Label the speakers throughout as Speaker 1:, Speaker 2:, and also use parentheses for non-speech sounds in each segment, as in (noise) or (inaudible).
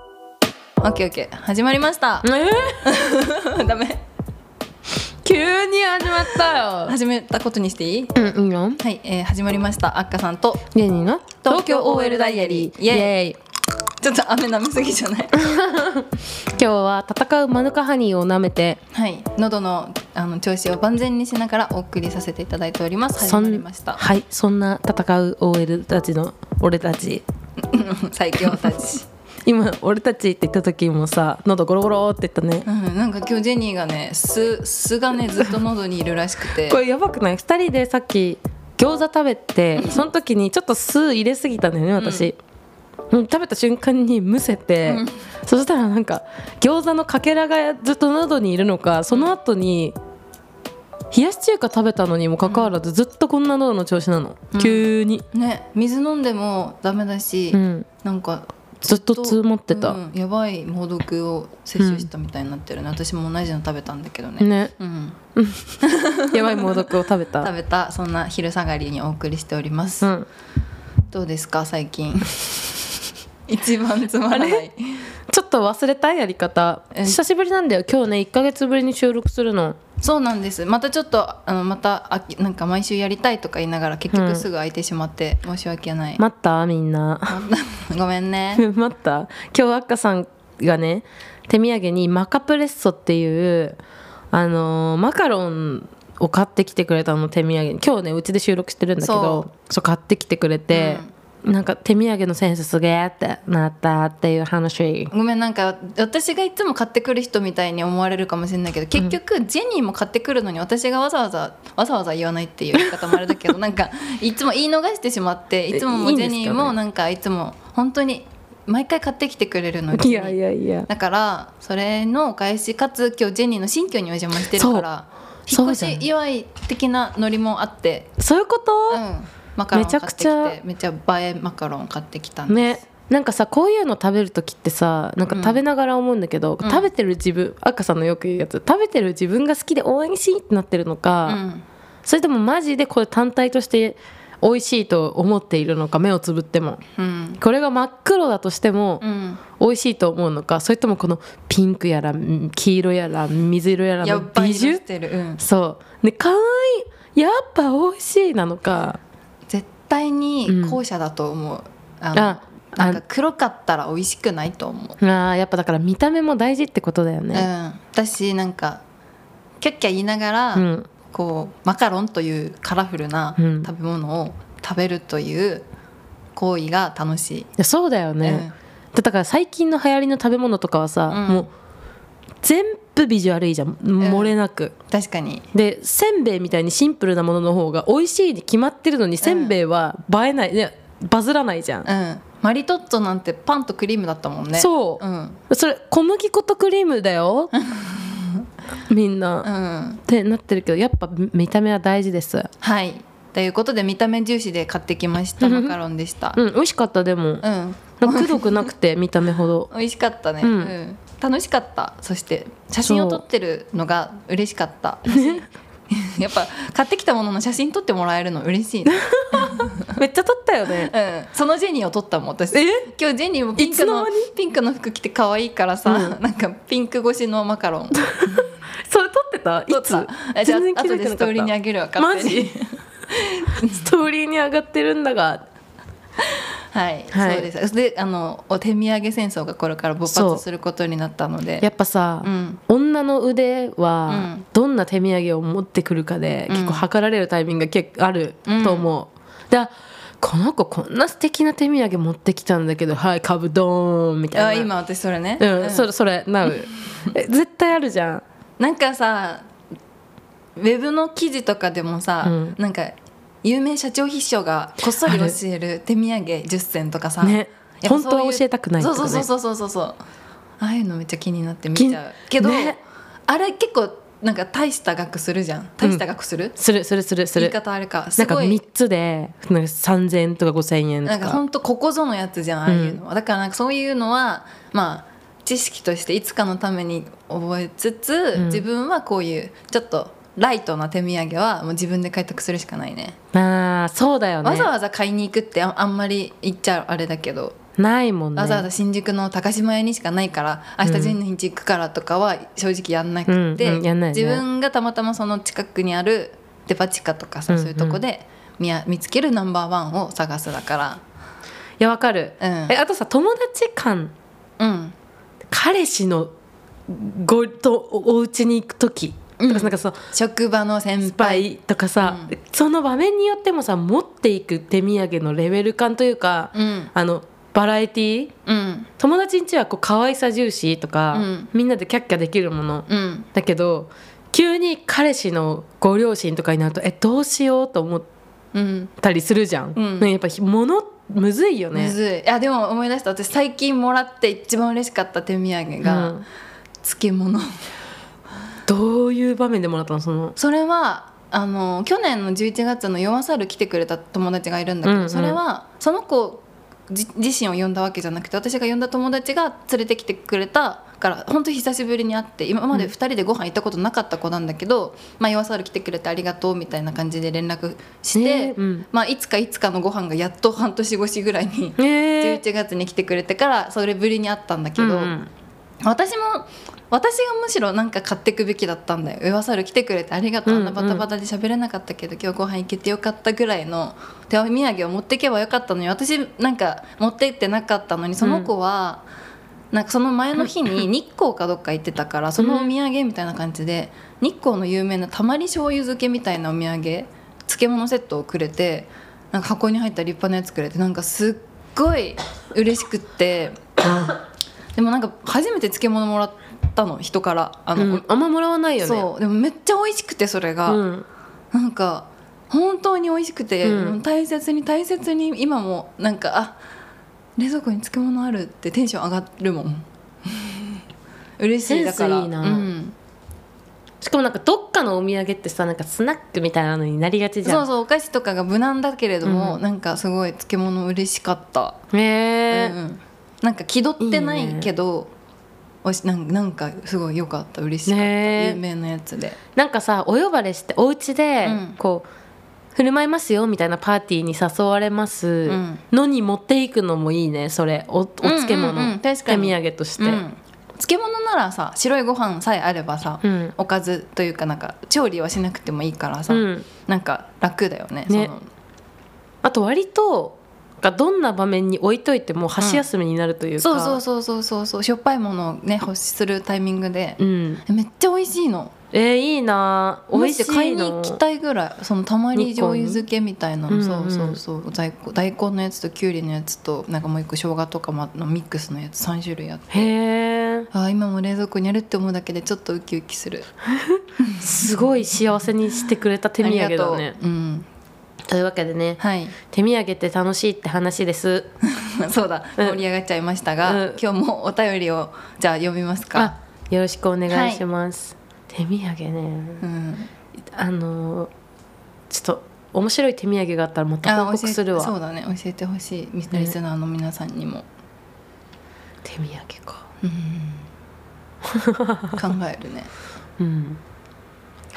Speaker 1: オッケーオッケー始まりま
Speaker 2: (laughs)
Speaker 1: した
Speaker 2: えー、
Speaker 1: ダメ
Speaker 2: 急に始まったよ
Speaker 1: 始めたことにしていい
Speaker 2: うん、いいの
Speaker 1: はい、えー、始まりましたあっかさんと
Speaker 2: 芸人の
Speaker 1: 東京 OL ダイアリー
Speaker 2: イエーイ
Speaker 1: ちょっと雨舐めすぎじゃない
Speaker 2: 今日は戦うマヌカハニーを舐めて
Speaker 1: はい喉のあの調子を万全にしながらお送りさせていただいております始
Speaker 2: そん
Speaker 1: まりま
Speaker 2: (laughs)
Speaker 1: した
Speaker 2: はいそんな戦う OL たちの俺たち
Speaker 1: 最強たち
Speaker 2: 今俺たちって言った時もさ喉ゴロゴロって言った
Speaker 1: (laughs)
Speaker 2: ね
Speaker 1: うん、なんか今日ジェニーがね酢酢がねずっと喉にいるらしくて
Speaker 2: (laughs) これやばくない2人でさっき餃子食べてその時にちょっと酢入れすぎたんだよね私、うん食べた瞬間にむせて、
Speaker 1: うん
Speaker 2: そしたらなんか餃子のかけらがずっと喉にいるのかその後に冷やし中華食べたのにもかかわらずずっとこんな喉の調子なの、
Speaker 1: うん
Speaker 2: 急に、
Speaker 1: ね水飲んでもダメだし、
Speaker 2: うん、
Speaker 1: なんか
Speaker 2: ずっとつもってた、
Speaker 1: うんやばい猛毒を摂取したみたいになってるね、私も同じの食べたんだけどね
Speaker 2: ね
Speaker 1: うん、
Speaker 2: やばい猛毒を食べた
Speaker 1: 食べたそんな昼下がりにお送りしております、
Speaker 2: うん、
Speaker 1: どうですか最近 (laughs) 一番つまらない
Speaker 2: ちょっと忘れたやり方
Speaker 1: え
Speaker 2: 久しぶりなんだよ今日ね1ヶ月ぶりに収録するの
Speaker 1: そうなんですまたちょっとあのまたあきなんか毎週やりたいとか言いながら結
Speaker 2: う
Speaker 1: 局
Speaker 2: ん
Speaker 1: すぐ空いてしまって申し訳ない、
Speaker 2: 待ったみんな
Speaker 1: (laughs) ごめんね
Speaker 2: (laughs) 待った今日あっかさんがね手土産にマカプレッソっていうあのーマカロンを買ってきてくれたの手土産に今日ねうちで収録してるんだけど
Speaker 1: そ
Speaker 2: そう買ってきてくれて、なんか手土産のセンスすげえってなったっていう話
Speaker 1: ごめんなんか私がいつも買ってくる人みたいに思われるかもしれないけど結局ジェニーも買ってくるのに私がわざわざわざわざ言わないっていう言い方もあれだけ
Speaker 2: (laughs)
Speaker 1: どなんかいつも言い逃してしまっていつももう
Speaker 2: えいい
Speaker 1: んジェ
Speaker 2: ですかね
Speaker 1: ニーもなんかいつも本当に毎回買ってきてくれるのに
Speaker 2: いやいやいや
Speaker 1: だからそれのお返しかつ今日ジェニーの新居にお邪魔してるから
Speaker 2: そう
Speaker 1: 引っ越し
Speaker 2: そうじゃん
Speaker 1: 祝い的なノリもあって、
Speaker 2: そういうこ
Speaker 1: う
Speaker 2: と、
Speaker 1: ん、マカロン買ってきて
Speaker 2: めちゃくち
Speaker 1: めっちゃ映えマカロン買ってきたんで
Speaker 2: ねなんかさこういうの食べる時ってさなんか
Speaker 1: うん
Speaker 2: 食べながら思うんだけど、
Speaker 1: うん
Speaker 2: 食べてる自分赤さんのよく言うやつ食べてる自分が好きで応援しいってなってるの
Speaker 1: う
Speaker 2: か、
Speaker 1: ん
Speaker 2: それともマジでこれ単体として美味しいと思っているのか目をつぶっても
Speaker 1: うん
Speaker 2: これが真っ黒だとしても
Speaker 1: うん
Speaker 2: 美味しいと思うのかそれともこのピンクやらん黄色やら水色やら
Speaker 1: や
Speaker 2: の
Speaker 1: っぱり
Speaker 2: 美
Speaker 1: 出し
Speaker 2: 術
Speaker 1: てる、うん、
Speaker 2: そうね可愛いやっぱ美味しいなのか
Speaker 1: 絶対に後者だと思う、あの
Speaker 2: あ
Speaker 1: なん
Speaker 2: あ
Speaker 1: か黒かったら美味しくないと思う、
Speaker 2: あーやっぱだから見た目も大事ってことだよ
Speaker 1: う
Speaker 2: ね、
Speaker 1: ん、私なんかキャッキャ言いながら、
Speaker 2: うん、
Speaker 1: こうマカロンというカラフルな
Speaker 2: うん
Speaker 1: 食べ物を食べるという行為が楽しい、
Speaker 2: いやそうだよね、でだから最近の流行りの食べ物とかはさ、
Speaker 1: うん
Speaker 2: もう全部ビジュアルいいじゃん漏れな
Speaker 1: う
Speaker 2: く、
Speaker 1: ん、確かに
Speaker 2: でせんべいみたいにシンプルなものの方が美味しいに決まってるのにせんべいは映えない、ね、バズらないじゃん、
Speaker 1: うんマリトッツォなんてパンとクリームだったもんねう
Speaker 2: そう
Speaker 1: う、ん
Speaker 2: それ小麦粉とクリーム
Speaker 1: (laughs)
Speaker 2: だよみんな、
Speaker 1: う
Speaker 2: っ
Speaker 1: ん
Speaker 2: てなってるけどやっぱ見た目は大事です
Speaker 1: はいということで見た目重視で買ってきましたマカロンでした
Speaker 2: うん美味しかったでも
Speaker 1: うん
Speaker 2: なんかくどくなくて見た目ほど
Speaker 1: 美味しかったね、
Speaker 2: う
Speaker 1: うんん楽しかったそして写真を撮ってるのが嬉しかった (laughs) やっぱ買ってきたものの写真撮ってもらえるの嬉しいね、
Speaker 2: めっちゃ取ったよね
Speaker 1: うん、そのジェニーを撮ったもん私
Speaker 2: え
Speaker 1: 今日ジェニーもピンクの
Speaker 2: いつの間
Speaker 1: ピンクの服着て可愛いからさ、
Speaker 2: う
Speaker 1: なんかピンク越しのマカロン
Speaker 2: それ取ってたい
Speaker 1: 撮っ
Speaker 2: つ
Speaker 1: たえじゃあ
Speaker 2: 全然気づ
Speaker 1: 後
Speaker 2: い
Speaker 1: で
Speaker 2: てなかった
Speaker 1: ストーリーにあげるわ勝
Speaker 2: マ
Speaker 1: 手に
Speaker 2: ジストーリーに上がってるんだが
Speaker 1: (laughs) はい、
Speaker 2: はい
Speaker 1: そうですであのお手土産戦争がこれから勃
Speaker 2: そう
Speaker 1: 発することになったので
Speaker 2: やっぱさ、
Speaker 1: うん
Speaker 2: 女の腕は
Speaker 1: うん
Speaker 2: どんな手土産を持ってくるかで
Speaker 1: うん
Speaker 2: 結構測られるタイミングが結構あると思う、だこの子こんな素敵な手土産持ってきたんだけどはい株ドーンみた
Speaker 1: あ
Speaker 2: いな
Speaker 1: 今私それね、
Speaker 2: うん、それそれなうえ絶対ある
Speaker 1: (laughs)
Speaker 2: じゃん
Speaker 1: なんかさウェブの記事とかでもさ、
Speaker 2: うん
Speaker 1: なんか有名社長秘書がこっそり教える手土産10選とかさ、
Speaker 2: ね
Speaker 1: やっぱ
Speaker 2: 本
Speaker 1: そういう
Speaker 2: 当は教えたくないと
Speaker 1: そ
Speaker 2: か
Speaker 1: う
Speaker 2: ね
Speaker 1: そうそうそうそうそうそうああいうのめっちゃ気になって見ちゃうけど、
Speaker 2: ね
Speaker 1: あれ結構なんか大した額するじゃん大した額する、
Speaker 2: するするするす
Speaker 1: 言い
Speaker 2: る
Speaker 1: 方あれかす
Speaker 2: なんか
Speaker 1: ごい
Speaker 2: 3つでなんか3000円とか5000円と
Speaker 1: なん
Speaker 2: か
Speaker 1: かほんとここぞのやつじゃんああいうのは、だからなんかそういうのはまあ知識としていつかのために覚えつつ、
Speaker 2: うん
Speaker 1: 自分はこういうちょっとライトな手土産はもう自分で開拓するしかないね
Speaker 2: あーそうだよね
Speaker 1: わざわざ買いに行くってああんまり言っちゃあれだけど
Speaker 2: ないもんね
Speaker 1: わざわざ新宿の高島屋にしかないから明日12日行くからとかは正直やんなくて、
Speaker 2: うんうんやんないね
Speaker 1: 自分がたまたまその近くにあるデパ地下とかさ、
Speaker 2: うんうん
Speaker 1: そういうとこで見や見つけるナンバーワンを探すだか
Speaker 2: いやわかる、
Speaker 1: うん
Speaker 2: えあとさ友達間
Speaker 1: らうん
Speaker 2: 彼氏のごとおお家に行く時とかさ、
Speaker 1: うん
Speaker 2: なんかそう
Speaker 1: 職場の先
Speaker 2: スパ
Speaker 1: 輩
Speaker 2: イとかさ、
Speaker 1: うん
Speaker 2: その場面によってもさ持っていく手土産のレベル感というか、
Speaker 1: うん
Speaker 2: あのバラエティー
Speaker 1: うん
Speaker 2: 友達ん家はこう可愛さ重視とか、
Speaker 1: うん
Speaker 2: みんなでキャッキャできるもの、
Speaker 1: うん
Speaker 2: だけど急に彼氏のご両親とかになるとえどうしようと思っ
Speaker 1: うん
Speaker 2: たりするじゃん、
Speaker 1: うん
Speaker 2: ねやっぱひ物むずいよね
Speaker 1: むずいいやでも思い出した私最近もらって一番嬉しかった手土産が、
Speaker 2: うん
Speaker 1: 漬物
Speaker 2: どういう場面でもらったのその
Speaker 1: それはあの去年の11月の「夜さる」来てくれた友達がいるんだけど、
Speaker 2: うんうん
Speaker 1: それはその子じ自身を呼んだわけじゃなくて私が呼んだ友達が連れてきてくれたから本当久しぶりに会って今まで2人でご飯行ったことなかった子なんだけど「まあ、夜さる来てくれてありがとう」みたいな感じで連絡して、
Speaker 2: えーうん
Speaker 1: まあ、いつかいつかのご飯がやっと半年越しぐらいに
Speaker 2: えー
Speaker 1: 11月に来てくれてからそれぶりに会ったんだけど。
Speaker 2: うんうん
Speaker 1: 私も私がむしろなんか買ってくべきだったんだよ「上サル来てくれてありがとう」
Speaker 2: う
Speaker 1: あ
Speaker 2: ん
Speaker 1: ん
Speaker 2: うん
Speaker 1: なバタバタで喋れなかったけど、今日ご飯行けてよかった」ぐらいの手土産を持っていけばよかったのに私なんか持ってってなかったのにその子は、なんかその前の日
Speaker 2: (laughs)
Speaker 1: に日光かどっか行ってたからそのお土産みたいな感じで日光の有名なたまり醤油漬けみたいなお土産漬物セットをくれてなんか箱に入った立派なやつくれてなんかすっごい嬉しくって。でもなんか初めて漬物もらったの人からあ
Speaker 2: あ
Speaker 1: の、
Speaker 2: のあんまもらわないよね
Speaker 1: そうでもめっちゃ美味しくてそれが、
Speaker 2: うん
Speaker 1: なんか本当に美味しくて、
Speaker 2: うん
Speaker 1: 大切に大切に今もなんかあ冷蔵庫に漬物あるってテンション上がるもん (laughs) 嬉しいだから
Speaker 2: センスいいな
Speaker 1: うん、
Speaker 2: しかもなんかどっかのお土産ってさなんかスナックみたいなのになりがちじゃ
Speaker 1: そうんそうお菓子とかが無難だけれども、
Speaker 2: うん
Speaker 1: なんかすごい漬物嬉しかった、
Speaker 2: へえ
Speaker 1: うんうんなんか気取ってない
Speaker 2: い
Speaker 1: い
Speaker 2: いね
Speaker 1: けどおしなんなんかすごい良かった嬉しかった、
Speaker 2: ねえ
Speaker 1: 有名なやつで
Speaker 2: なんかさお呼ばれしてお家で
Speaker 1: うん
Speaker 2: こう、振る舞いますよみたいなパーティーに誘われます
Speaker 1: ん
Speaker 2: のに持っていくのもいいねそれおお漬物、
Speaker 1: うんうんうん確か
Speaker 2: 手
Speaker 1: に
Speaker 2: 土産として、
Speaker 1: うん、漬物ならさ白いご飯さえあればさ、
Speaker 2: うん
Speaker 1: おかずというかなんか調理はしなくてもいいからさ、
Speaker 2: うん
Speaker 1: なんか楽だよね
Speaker 2: ね
Speaker 1: その
Speaker 2: あと割とがどんな場面に置いといても箸休みになるというか、
Speaker 1: そうそうそうそうそうそうしょっぱいものをね欲しするタイミングで
Speaker 2: う、ん
Speaker 1: めっちゃ美味しいの
Speaker 2: えー、いいな美味しいの
Speaker 1: マジで買いに行きたいぐらいそのたまり醤油漬けみたいなの
Speaker 2: 日
Speaker 1: そう
Speaker 2: 光に
Speaker 1: そうそう大根大根のやつときゅうりのやつとなんかもう一個生姜とかものミックスのやつ3種類あって
Speaker 2: へえ
Speaker 1: あー今も冷蔵庫にあるって思うだけでちょっとウキウキする
Speaker 2: すごい幸せにしてくれた手土産だ
Speaker 1: あり
Speaker 2: ね
Speaker 1: がとううん
Speaker 2: というわけでね
Speaker 1: はい
Speaker 2: 手土産って楽しいって話です
Speaker 1: (laughs) そうだ
Speaker 2: うん
Speaker 1: 盛り上がっちゃいましたが、
Speaker 2: うん
Speaker 1: 今日もお便りをじゃあ読みますか
Speaker 2: あよろしくお願いします、手土産ね
Speaker 1: うん
Speaker 2: あのーちょっと面白い手土産があったらまた
Speaker 1: あ
Speaker 2: 報
Speaker 1: 教
Speaker 2: 告
Speaker 1: え
Speaker 2: するわ
Speaker 1: そうだね教えてほしいミス
Speaker 2: ね
Speaker 1: リスナーの皆さんにも、
Speaker 2: 手土産か (laughs)
Speaker 1: うん、考えるね
Speaker 2: うん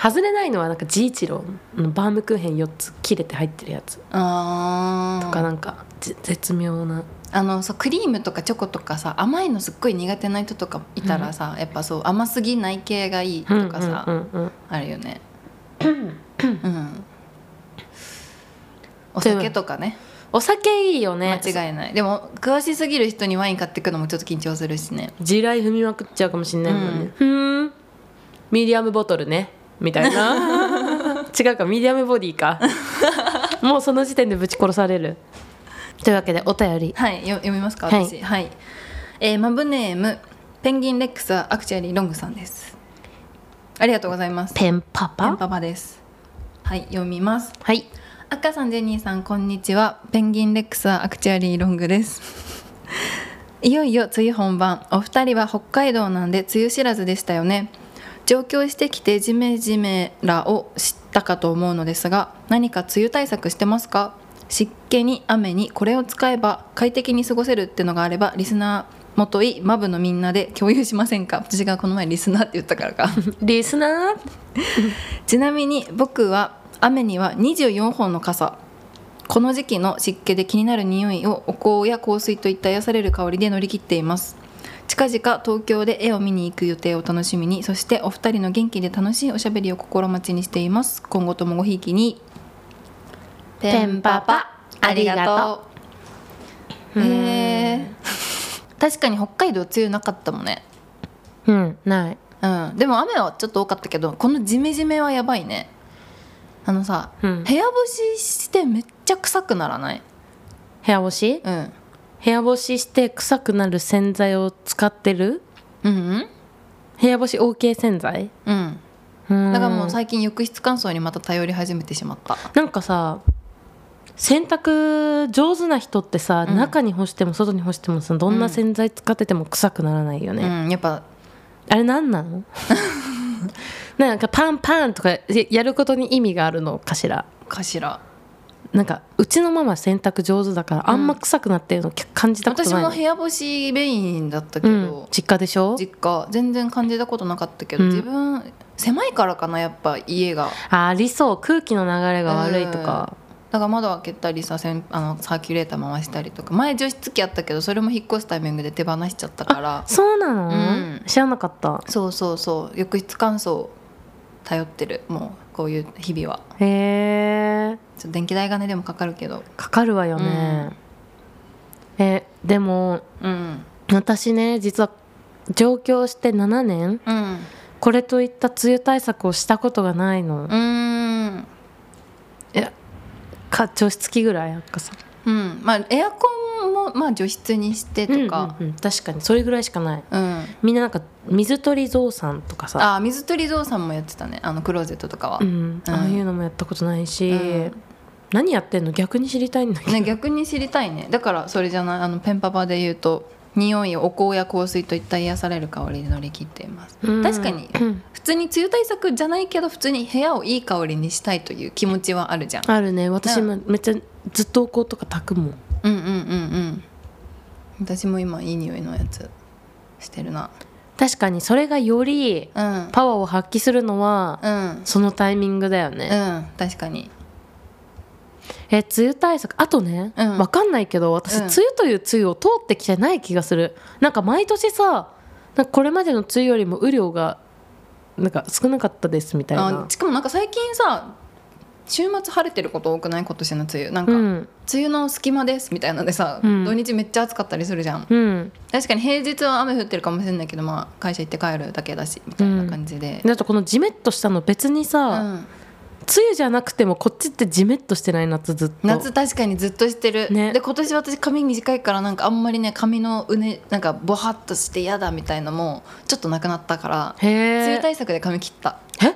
Speaker 2: 外れないのはなんかジイチローのバームクーヘン4つ切れて入ってるやつ
Speaker 1: あ
Speaker 2: とか
Speaker 1: あ
Speaker 2: なんか、ぜ絶妙な
Speaker 1: あのそうクリームとかチョコとかさ甘いのすっごい苦手な人とかいたらさ、やっぱそう甘すぎない系がいいとかさ、
Speaker 2: うんうんうんうん
Speaker 1: あるよ
Speaker 2: (laughs)
Speaker 1: ねうんお酒とかね
Speaker 2: お酒いいよね
Speaker 1: 間違いないでも詳しすぎる人にワイン買ってくのもちょっと緊張するしね
Speaker 2: 地雷踏みまくっちゃうかもしれないもんね、ふーんミディアムボトルねみたい (laughs) な違うかミディアムボディ (laughs) かもうその時点でぶち殺されるというわけでお便り
Speaker 1: はい、よ読みますか
Speaker 2: はい
Speaker 1: 私はい、えーマブネームペンギンレックスはアクチュアリーロングさんですありがとうございますペン
Speaker 2: ペンパパ
Speaker 1: パパですはい読みます
Speaker 2: はい
Speaker 1: 赤さんジェニーさんこんにちはペンギンレックスはアクチュアリーロングです (laughs) いよいよ梅雨本番お二人は北海道なんで梅雨知らずでしたよね上京してきてジメジメらを知ったかと思うのですが何か梅雨対策してますか湿気に雨にこれを使えば快適に過ごせるってのがあればリスナーもといマブのみんなで共有しませんか私がこの前リスナーって言ったからか
Speaker 2: リスナー
Speaker 1: ちなみに僕は雨には24本の傘この時期の湿気で気になる匂いをお香や香水といった癒される香りで乗り切っています近々東京で絵を見に行く予定を楽しみにそしてお二人の元気で楽しいおしゃべりを心待ちにしています今後ともごひいきに
Speaker 2: ペンパパありがと
Speaker 1: うへえ確かに北海道梅雨なかったもんね
Speaker 2: うんない
Speaker 1: うんでも雨はちょっと多かったけどこのジメジメはやばいねあのさ、
Speaker 2: うん
Speaker 1: 部屋干ししてめっちゃ臭くならない
Speaker 2: 部屋干し
Speaker 1: うん
Speaker 2: 部屋干しして臭くなる洗剤を使ってる
Speaker 1: うん
Speaker 2: 部屋干し OK 洗剤
Speaker 1: うん
Speaker 2: うん
Speaker 1: だからもう最近浴室乾燥にまた頼り始めてしまった
Speaker 2: なんかさ洗濯上手な人ってさ、
Speaker 1: うん
Speaker 2: 中に干しても外に干してもさどんな洗剤使ってても臭くならないよね、
Speaker 1: うんやっぱ
Speaker 2: あれなんな
Speaker 1: (laughs)
Speaker 2: のなんかパンパンとかややることに意味があるのかしら
Speaker 1: かしら
Speaker 2: なんかうちのママ洗濯上手だからあんま臭くなってるのき感じたこと
Speaker 1: 私
Speaker 2: ないの、
Speaker 1: も部屋干しメインだったけど、
Speaker 2: うん、実家でしょ
Speaker 1: 実家全然感じたことなかったけど、
Speaker 2: うん
Speaker 1: 自分狭いからかなやっぱ家が
Speaker 2: あありそう空気の流れが悪いとか、
Speaker 1: だから窓開けたりさせんあのサーキュレーター回したりとか前除湿機あったけどそれも引っ越すタイミングで手放しちゃったから
Speaker 2: そうなの、
Speaker 1: うん
Speaker 2: 知らなかった
Speaker 1: そうそうそう浴室乾燥頼ってるもうこういう日々は
Speaker 2: へえ
Speaker 1: ちょっと電気代がねでもかかるけど
Speaker 2: かかるわよね、えでも
Speaker 1: うん
Speaker 2: 私ね実は上京して7年
Speaker 1: うん
Speaker 2: これといった梅雨対策をしたことがないの、
Speaker 1: うん
Speaker 2: か除湿器ぐらいなんかさ
Speaker 1: うんまあエアコンも、まあ、除湿にしてとか
Speaker 2: うんうんうん確かにそれぐらいしかない
Speaker 1: うん、
Speaker 2: みんななんか水鳥ぞうさんとかさ
Speaker 1: ああ水鳥ぞうさんもやってたねあのクローゼットとかは、
Speaker 2: うん、ああいうのもやったことないし、
Speaker 1: うん
Speaker 2: 何やってんの逆に知りたいんだけど、
Speaker 1: ね、逆に知りたいねだからそれじゃないあのペンパパで言うと匂いをお香や香水といった癒される香りで乗り切っています、
Speaker 2: うん
Speaker 1: 確かに
Speaker 2: うん
Speaker 1: 普通に梅雨対策じゃないけど普通に部屋をいい香りにしたいという気持ちはあるじゃん
Speaker 2: あるね私もめっちゃずっとお香とか炊くもん
Speaker 1: うんうんうんうん私も今いい匂いのやつしてるな
Speaker 2: 確かにそれがより
Speaker 1: うん
Speaker 2: パワーを発揮するのは
Speaker 1: うん
Speaker 2: そのタイミングだよね、
Speaker 1: うん確かに
Speaker 2: え梅雨対策あとね、
Speaker 1: うん
Speaker 2: わかんないけど私、
Speaker 1: うん
Speaker 2: 梅雨という梅雨を通ってきてない気がするなんか毎年さなんかこれまでの梅雨よりも雨量がなんか少なかったですみたい
Speaker 1: あ
Speaker 2: な
Speaker 1: しかもなんか最近さ週末晴れてること多くない今年の梅雨なんか、
Speaker 2: う
Speaker 1: 梅
Speaker 2: ん
Speaker 1: 雨の隙間ですみたいなのでさ、
Speaker 2: うん
Speaker 1: 土日めっちゃ暑かったりするじゃん
Speaker 2: うん
Speaker 1: 確かに平日は雨降ってるかもしれないけど、まあ、会社行って帰るだけだしみたいな感じで、
Speaker 2: だとこのジメッとしたの別にさ、
Speaker 1: うん
Speaker 2: 梅雨じゃなくてもこっちってジメッとしてない夏ずっと
Speaker 1: 夏確かにずっとしてる、
Speaker 2: ね
Speaker 1: で今年私髪短いからなんかあんまりね髪のうねなんかボハッとして嫌だみたいのもちょっとなくなったから
Speaker 2: へえ
Speaker 1: 梅雨対策で髪切った、
Speaker 2: え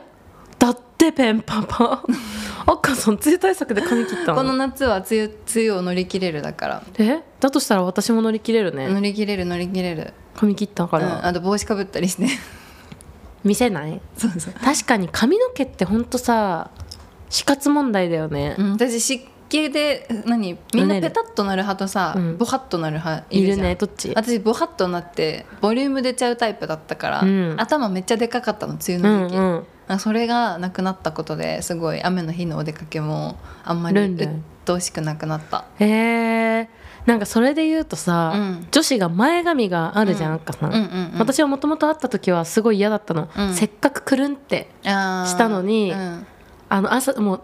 Speaker 2: だってペンパパ (laughs) あっかさん梅雨対策で髪切った
Speaker 1: この
Speaker 2: の
Speaker 1: 夏は梅雨梅雨を乗り切れるだから、
Speaker 2: えだとしたら私も乗り切れるね、
Speaker 1: 乗り切れる乗り切れる
Speaker 2: 髪切ったか
Speaker 1: うん、
Speaker 2: ら、
Speaker 1: あと帽子かぶったりして
Speaker 2: 見せない
Speaker 1: そうそう、
Speaker 2: 確かに髪の毛ってほんとさ死活問題だよね、
Speaker 1: うん、私湿気で何みんなペタッとなる派とさ、
Speaker 2: うん
Speaker 1: ボハッとなる派い
Speaker 2: い
Speaker 1: る
Speaker 2: る
Speaker 1: じゃん
Speaker 2: ねどっち
Speaker 1: 私ボハッとなってボリューム出ちゃうタイプだったから、
Speaker 2: うん
Speaker 1: 頭めっちゃでかかったの梅雨
Speaker 2: う
Speaker 1: の
Speaker 2: ん
Speaker 1: 時期、
Speaker 2: うん
Speaker 1: あそれがなくなったことですごい雨の日のお出かけもあんまり
Speaker 2: ルンルン
Speaker 1: 鬱陶しくなくなった
Speaker 2: へえなんかそれで言うとさ、
Speaker 1: うん
Speaker 2: 女子が前髪があるじゃん、
Speaker 1: うん
Speaker 2: あっかさ
Speaker 1: う
Speaker 2: ん、
Speaker 1: んうんうん
Speaker 2: 私はもともと会った時はすごい嫌だったの、
Speaker 1: うん
Speaker 2: せっかくくるんって
Speaker 1: あー
Speaker 2: したのに
Speaker 1: うん
Speaker 2: あの朝もう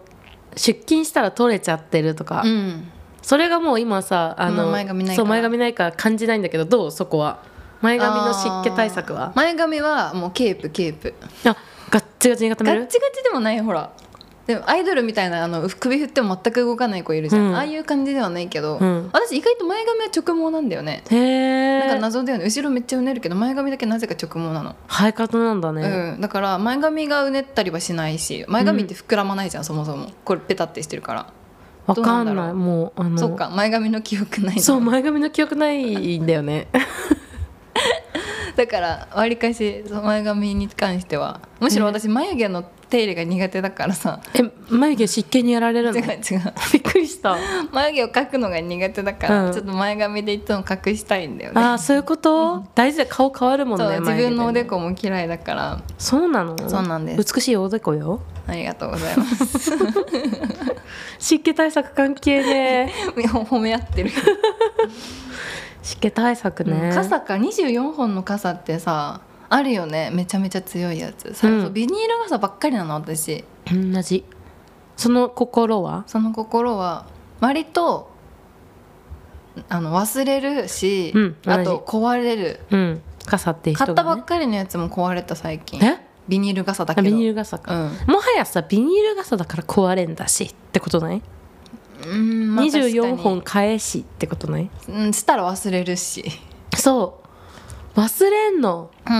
Speaker 2: 出勤したら取れちゃってるとか、
Speaker 1: うん
Speaker 2: それがもう今さあの
Speaker 1: もう前髪ないから
Speaker 2: そう前髪ないから感じないんだけどどうそこは前髪の湿気対策
Speaker 1: あ
Speaker 2: は
Speaker 1: ー前髪はもうケープケープ
Speaker 2: あガッチガチに固
Speaker 1: ガ
Speaker 2: め
Speaker 1: ッ
Speaker 2: る
Speaker 1: チガチでもないほらでもアイドルみたいなあの首振っても全く動かない子いるじゃん、
Speaker 2: うん
Speaker 1: ああいう感じではないけど、
Speaker 2: うん
Speaker 1: 私意外と前髪は直毛なんだよね
Speaker 2: へえ
Speaker 1: なんか謎だよね後ろめっちゃうねるけど前髪だけなぜか直毛なの
Speaker 2: 生え方なんだね、
Speaker 1: うん、だから前髪がうねったりはしないし前髪って膨らまないじゃん、そもそもこれペタってしてるから、
Speaker 2: わかん
Speaker 1: どうなんだ
Speaker 2: な
Speaker 1: ろ
Speaker 2: いうもうあの
Speaker 1: そっか前髪の記憶ないの
Speaker 2: そう前髪の記憶ないんだよね
Speaker 1: (laughs) だからわりかしそう前髪に関してはむしろ私眉毛の手入れが苦手だからさ、
Speaker 2: え眉毛湿気にやられるの
Speaker 1: 違う違う
Speaker 2: (laughs) びっくりし
Speaker 1: (laughs)
Speaker 2: した
Speaker 1: 眉毛を描くのが苦手だから、
Speaker 2: うん
Speaker 1: ちょっと前髪でいつも隠したいんだよね
Speaker 2: ああそういうこと、大事で顔変わるもん
Speaker 1: そう
Speaker 2: ね
Speaker 1: 自分のおで
Speaker 2: こ
Speaker 1: こも嫌いだから
Speaker 2: そうなの
Speaker 1: そうなんです
Speaker 2: 美しいおでこよ
Speaker 1: ありがとうございます
Speaker 2: (laughs) 湿気対策関
Speaker 1: (laughs)
Speaker 2: 係ね
Speaker 1: 褒め合ってる、
Speaker 2: 湿気対策ね、
Speaker 1: 傘か24本の傘ってさあるよねめちゃめちゃ強いやつそれ
Speaker 2: うん
Speaker 1: そうビニール傘ばっかりなの私
Speaker 2: 同じその心は
Speaker 1: その心は割とあの忘れるし、
Speaker 2: うん同じ
Speaker 1: あと壊れる
Speaker 2: うん傘って
Speaker 1: 買
Speaker 2: 人が、ね、
Speaker 1: ったばっかりのやつも壊れた最近
Speaker 2: え
Speaker 1: ビニール傘だ
Speaker 2: あ
Speaker 1: けど
Speaker 2: ビニール傘か、もはやさビニール傘だから壊れんだしってことない、
Speaker 1: うん、うんまあ
Speaker 2: 24
Speaker 1: 確か
Speaker 2: 本
Speaker 1: に
Speaker 2: 返しってことない
Speaker 1: うん、したら忘れるし
Speaker 2: そう忘れんの
Speaker 1: うん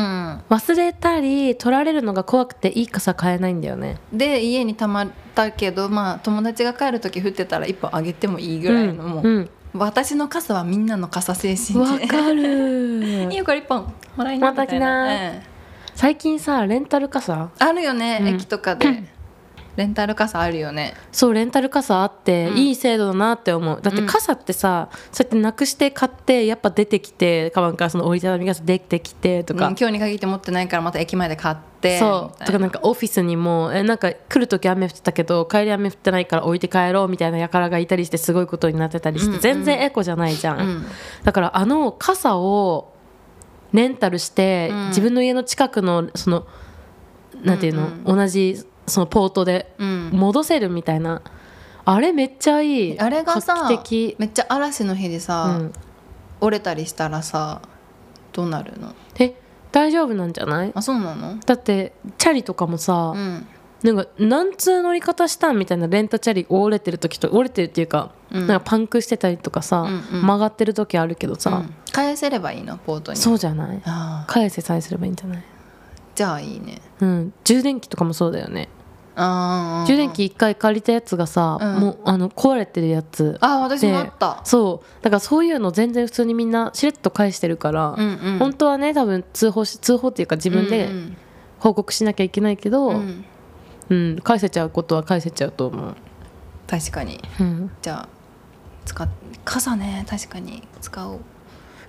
Speaker 2: 忘れたり取られるのが怖くていい傘買えないんだよね
Speaker 1: で家にたまったけどまあ友達が帰る時降ってたら一本あげてもいいぐらいのもう、
Speaker 2: うん
Speaker 1: 私の傘はみんなの傘精
Speaker 2: うんわ、
Speaker 1: 神で
Speaker 2: か
Speaker 1: いい
Speaker 2: る
Speaker 1: よこれ一本もらいな
Speaker 2: また
Speaker 1: み
Speaker 2: 来
Speaker 1: たい
Speaker 2: な
Speaker 1: な、ええ
Speaker 2: 最近さレンタル傘
Speaker 1: あるよね、
Speaker 2: うん
Speaker 1: 駅とかでレンタル傘あるよね
Speaker 2: そうレンタル傘あって、
Speaker 1: うん
Speaker 2: いい制度だなって思うだって
Speaker 1: うん
Speaker 2: 傘ってさ、そうやってなくして買ってやっぱ出てきてカバンからその折りたたみ傘出てきてとか、
Speaker 1: うん今日に限って持ってないからまた駅前で買って
Speaker 2: そう
Speaker 1: みた
Speaker 2: とか
Speaker 1: いな
Speaker 2: なんかオフィスにもえなんか来る時雨降ってたけど帰り雨降ってないから置いて帰ろうみたいな輩がいたりしてすごいことになってたりして、
Speaker 1: うんうん
Speaker 2: 全然エコじゃないじゃん、
Speaker 1: うん
Speaker 2: だからあの傘をレンタルして、
Speaker 1: うん
Speaker 2: 自分の家の近くのそのなんていうの、
Speaker 1: うん
Speaker 2: 同じそのポートで
Speaker 1: うん
Speaker 2: 戻せるみたいな、あれめっちゃいい
Speaker 1: あれがさ
Speaker 2: 画期的、
Speaker 1: めっちゃ嵐の日で
Speaker 2: う
Speaker 1: さ、
Speaker 2: ん、
Speaker 1: 折れたりしたらさどうなるの
Speaker 2: え大丈夫なんじゃない
Speaker 1: あそうなの
Speaker 2: だってチャリとかもさ、
Speaker 1: うん
Speaker 2: なんか何通乗り方したんみたいなレンタチャリ折れてる時と折れてるっていうか、
Speaker 1: うん
Speaker 2: なんかパンクしてたりとかさ、
Speaker 1: うんうん
Speaker 2: 曲がってる時あるけど
Speaker 1: う
Speaker 2: さ、
Speaker 1: ん返せればいいのポートに
Speaker 2: そうじゃない
Speaker 1: ああ
Speaker 2: 返せさえすればいいんじゃない、
Speaker 1: じゃあいいね
Speaker 2: うん、充電器とかもそうだよね、
Speaker 1: ああ
Speaker 2: 充電器1回借りたやつがさ、
Speaker 1: うん
Speaker 2: もうあの壊れてるやつ
Speaker 1: ああ私もあった
Speaker 2: そうだからそういうの全然普通にみんなしれっと返してるから、
Speaker 1: うんうん
Speaker 2: 本当はね多分通報し通報っていうか自分で
Speaker 1: うん
Speaker 2: 報告しなきゃいけないけど、
Speaker 1: う
Speaker 2: うん
Speaker 1: うんん
Speaker 2: 返せちゃうことは返せちゃうと思う、
Speaker 1: 確かに
Speaker 2: うん、
Speaker 1: じゃあ使っ傘ね確かに使おう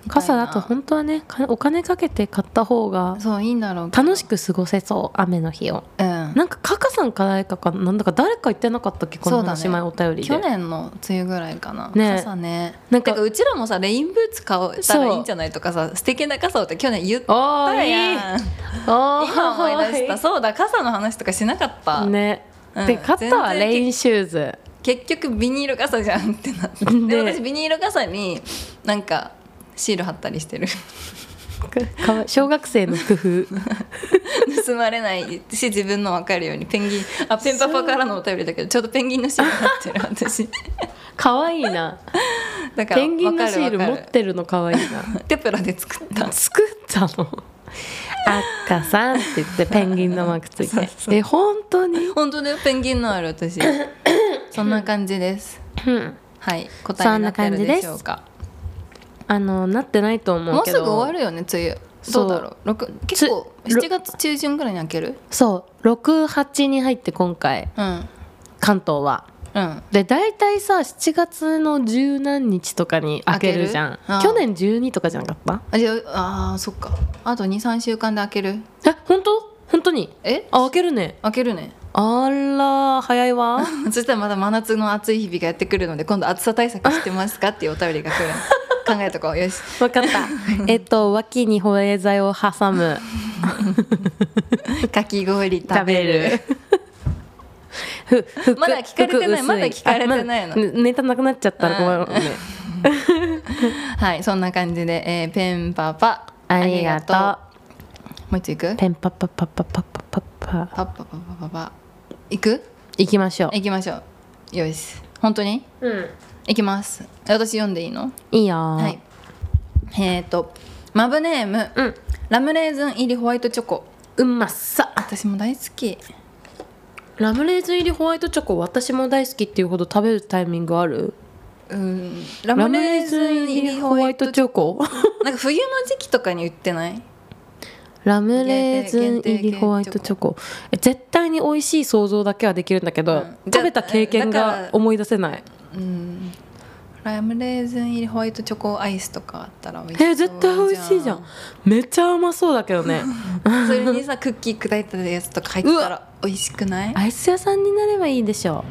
Speaker 2: 傘だ
Speaker 1: み
Speaker 2: と
Speaker 1: たい
Speaker 2: 本当はねかお金かけて買った方が
Speaker 1: なそういいんだろうけど
Speaker 2: 楽しく過ごせそう雨の日を
Speaker 1: うん
Speaker 2: なんかカカさんか誰かかなんだか誰か言ってなかったっけこの話
Speaker 1: そうだ
Speaker 2: 前
Speaker 1: ね
Speaker 2: お便りで、
Speaker 1: 去年の梅雨ぐらいかな、
Speaker 2: ね
Speaker 1: 傘ねな
Speaker 2: な
Speaker 1: んん
Speaker 2: か
Speaker 1: かうちらもさレインブーツ買おうたら
Speaker 2: そう
Speaker 1: いいんじゃないとかさ素敵な傘をって去年言っ
Speaker 2: お
Speaker 1: た
Speaker 2: ーいい
Speaker 1: やん
Speaker 2: おー
Speaker 1: 今思い出したそうだ傘の話とかしなかった、
Speaker 2: ね、
Speaker 1: うん
Speaker 2: で買ったわ
Speaker 1: 全然
Speaker 2: レインシューズ
Speaker 1: 結局ビニール傘じゃんってな
Speaker 2: (laughs)
Speaker 1: って、
Speaker 2: ね
Speaker 1: で私ビニール傘になんかシール貼ったりしてる (laughs)
Speaker 2: かわい小学生の工夫
Speaker 1: 盗まれないし自分の分かるようにペンギンあペンパパからのお便りだけどちょうどペンギンのシール貼ってる
Speaker 2: (laughs)
Speaker 1: 私
Speaker 2: かわいいな
Speaker 1: だから
Speaker 2: ペンギンのシール
Speaker 1: わかる
Speaker 2: 持
Speaker 1: わ
Speaker 2: っ
Speaker 1: かる
Speaker 2: てるのかわいいな
Speaker 1: テプラで作った
Speaker 2: 作った
Speaker 1: (laughs)
Speaker 2: の赤さんって言ってペンギンのマークつい
Speaker 1: そう
Speaker 2: てえ本当に
Speaker 1: 本当だよペンギンのある
Speaker 2: (laughs)
Speaker 1: 私そんな感じですはい答えになってるでしょうか
Speaker 2: あのなってないと思
Speaker 1: も
Speaker 2: う
Speaker 1: う
Speaker 2: け
Speaker 1: す
Speaker 2: ど
Speaker 1: ぐ終わるよね梅雨ど
Speaker 2: そう
Speaker 1: うだろう六結構
Speaker 2: つ
Speaker 1: 7月中旬ぐらいに開ける
Speaker 2: そう68に入って今回
Speaker 1: うん
Speaker 2: 関東は
Speaker 1: うん
Speaker 2: で大体さ7月の十何日とかに開けるじゃん
Speaker 1: 開けるああ
Speaker 2: 去年12とかじゃなかった
Speaker 1: あじゃああーそっかあと23週間で開ける
Speaker 2: え本当本当に
Speaker 1: え
Speaker 2: あ開けるね
Speaker 1: 開けるね (laughs)
Speaker 2: あら早い (laughs) わ
Speaker 1: そしたらまた真夏の暑い日々がやってくるので今度暑さ対策してますかっていうお便りが来
Speaker 2: (laughs)
Speaker 1: る考えとこうよし
Speaker 2: 分かった (laughs) えっと脇に保冷剤を挟 (laughs) む
Speaker 1: かき氷食べる
Speaker 2: ふ服
Speaker 1: まだ聞かれてない
Speaker 2: 服薄
Speaker 1: まだ聞かれてないの
Speaker 2: あまだネタなくなっちゃったら困るもんね、
Speaker 1: (laughs) はいそんな感じで、えーペンパパ
Speaker 2: ありがとう
Speaker 1: ありがとうもう一ついく
Speaker 2: ペンパッパッパッパッパッパッパッパ
Speaker 1: パッパパパパパ行く
Speaker 2: 行きましょ
Speaker 1: 行きましょうよし本当に
Speaker 2: う、うん、
Speaker 1: 行きます私読んでいいの
Speaker 2: いいよー
Speaker 1: はいえっ、ー、とマブネーム、
Speaker 2: うん
Speaker 1: ラムレーズン入りホワイトチョコ
Speaker 2: うまさ
Speaker 1: 私も大好き
Speaker 2: ラムレーズン入りホワイトチョコ私も大好きっていうほど食べるタイミングある
Speaker 1: うん
Speaker 2: ラ
Speaker 1: ラムレーズン入りホワイトチョ
Speaker 2: ョコ
Speaker 1: コなんか冬の時期とかに売ってない
Speaker 2: ラムレーズン入りホワイトチョコえ絶対に美味しい想像だけはできるんだけど、
Speaker 1: うん
Speaker 2: 食べた経験
Speaker 1: だだか
Speaker 2: が
Speaker 1: ら
Speaker 2: 思い出せない
Speaker 1: うんラムレーズン入りホワイトチョコアイスとかあったら美味しそう
Speaker 2: え絶対美味しいじゃんめっちゃ甘そうだけどね
Speaker 1: それにさクッキー砕いたやつとか入ってたら美味しくない
Speaker 2: (laughs) アイス屋さんになればいいでしょ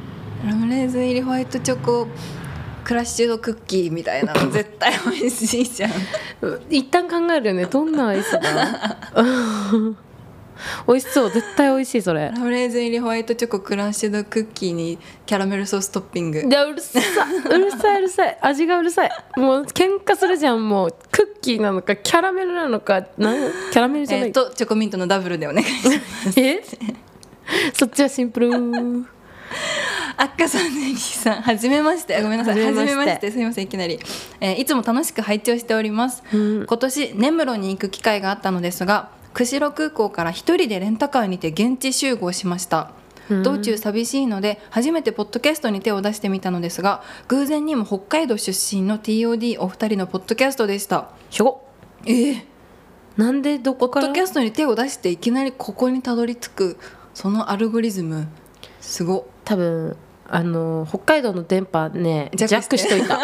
Speaker 1: ラムレーズン入りホワイトチョコクラッシュドクッキーみたいなの (laughs) 絶対美味しいじゃん
Speaker 2: う一旦考えるよねどんなアイスだ (laughs) 美味しそう絶対美味しいそれ
Speaker 1: ラムレーズン入りホワイトチョコクラッシュドクッキーにキャラメルソーストッピング
Speaker 2: いやうるさいうるさいうるさい味がうるさいもう喧嘩するじゃんもうクッキーなのかキャラメルなのかなんキャラメルじゃな
Speaker 1: え
Speaker 2: い、
Speaker 1: ーとチョコミントのダブルでお願いします
Speaker 2: えそっちはシンプル
Speaker 1: あっかさんねぎさんはじめましてあごめんなさいは
Speaker 2: は
Speaker 1: じめ
Speaker 2: じめ
Speaker 1: ま
Speaker 2: まして
Speaker 1: してすみませんいきなり、えーいつも楽しく拝聴しております、
Speaker 2: うん
Speaker 1: 今年根室に行く機会があったのですが釧路空港から一人でレンタカーにて現地集合しました
Speaker 2: うん
Speaker 1: 道中寂しいので初めてポッドキャストに手を出してみたのですが偶然にも北海道出身の TOD お二人のポッドキャストでした
Speaker 2: ひょこ
Speaker 1: ええ
Speaker 2: なんでどこ
Speaker 1: ポ
Speaker 2: か
Speaker 1: ッ
Speaker 2: ら
Speaker 1: ドキャストに手を出していきなりここにたどり着くそのアルゴリズムすごっ
Speaker 2: 多分あの北海道の電波ねジ
Speaker 1: ジ
Speaker 2: ャ
Speaker 1: ャッ
Speaker 2: ッ
Speaker 1: ク
Speaker 2: ク
Speaker 1: し
Speaker 2: して
Speaker 1: (laughs)
Speaker 2: といた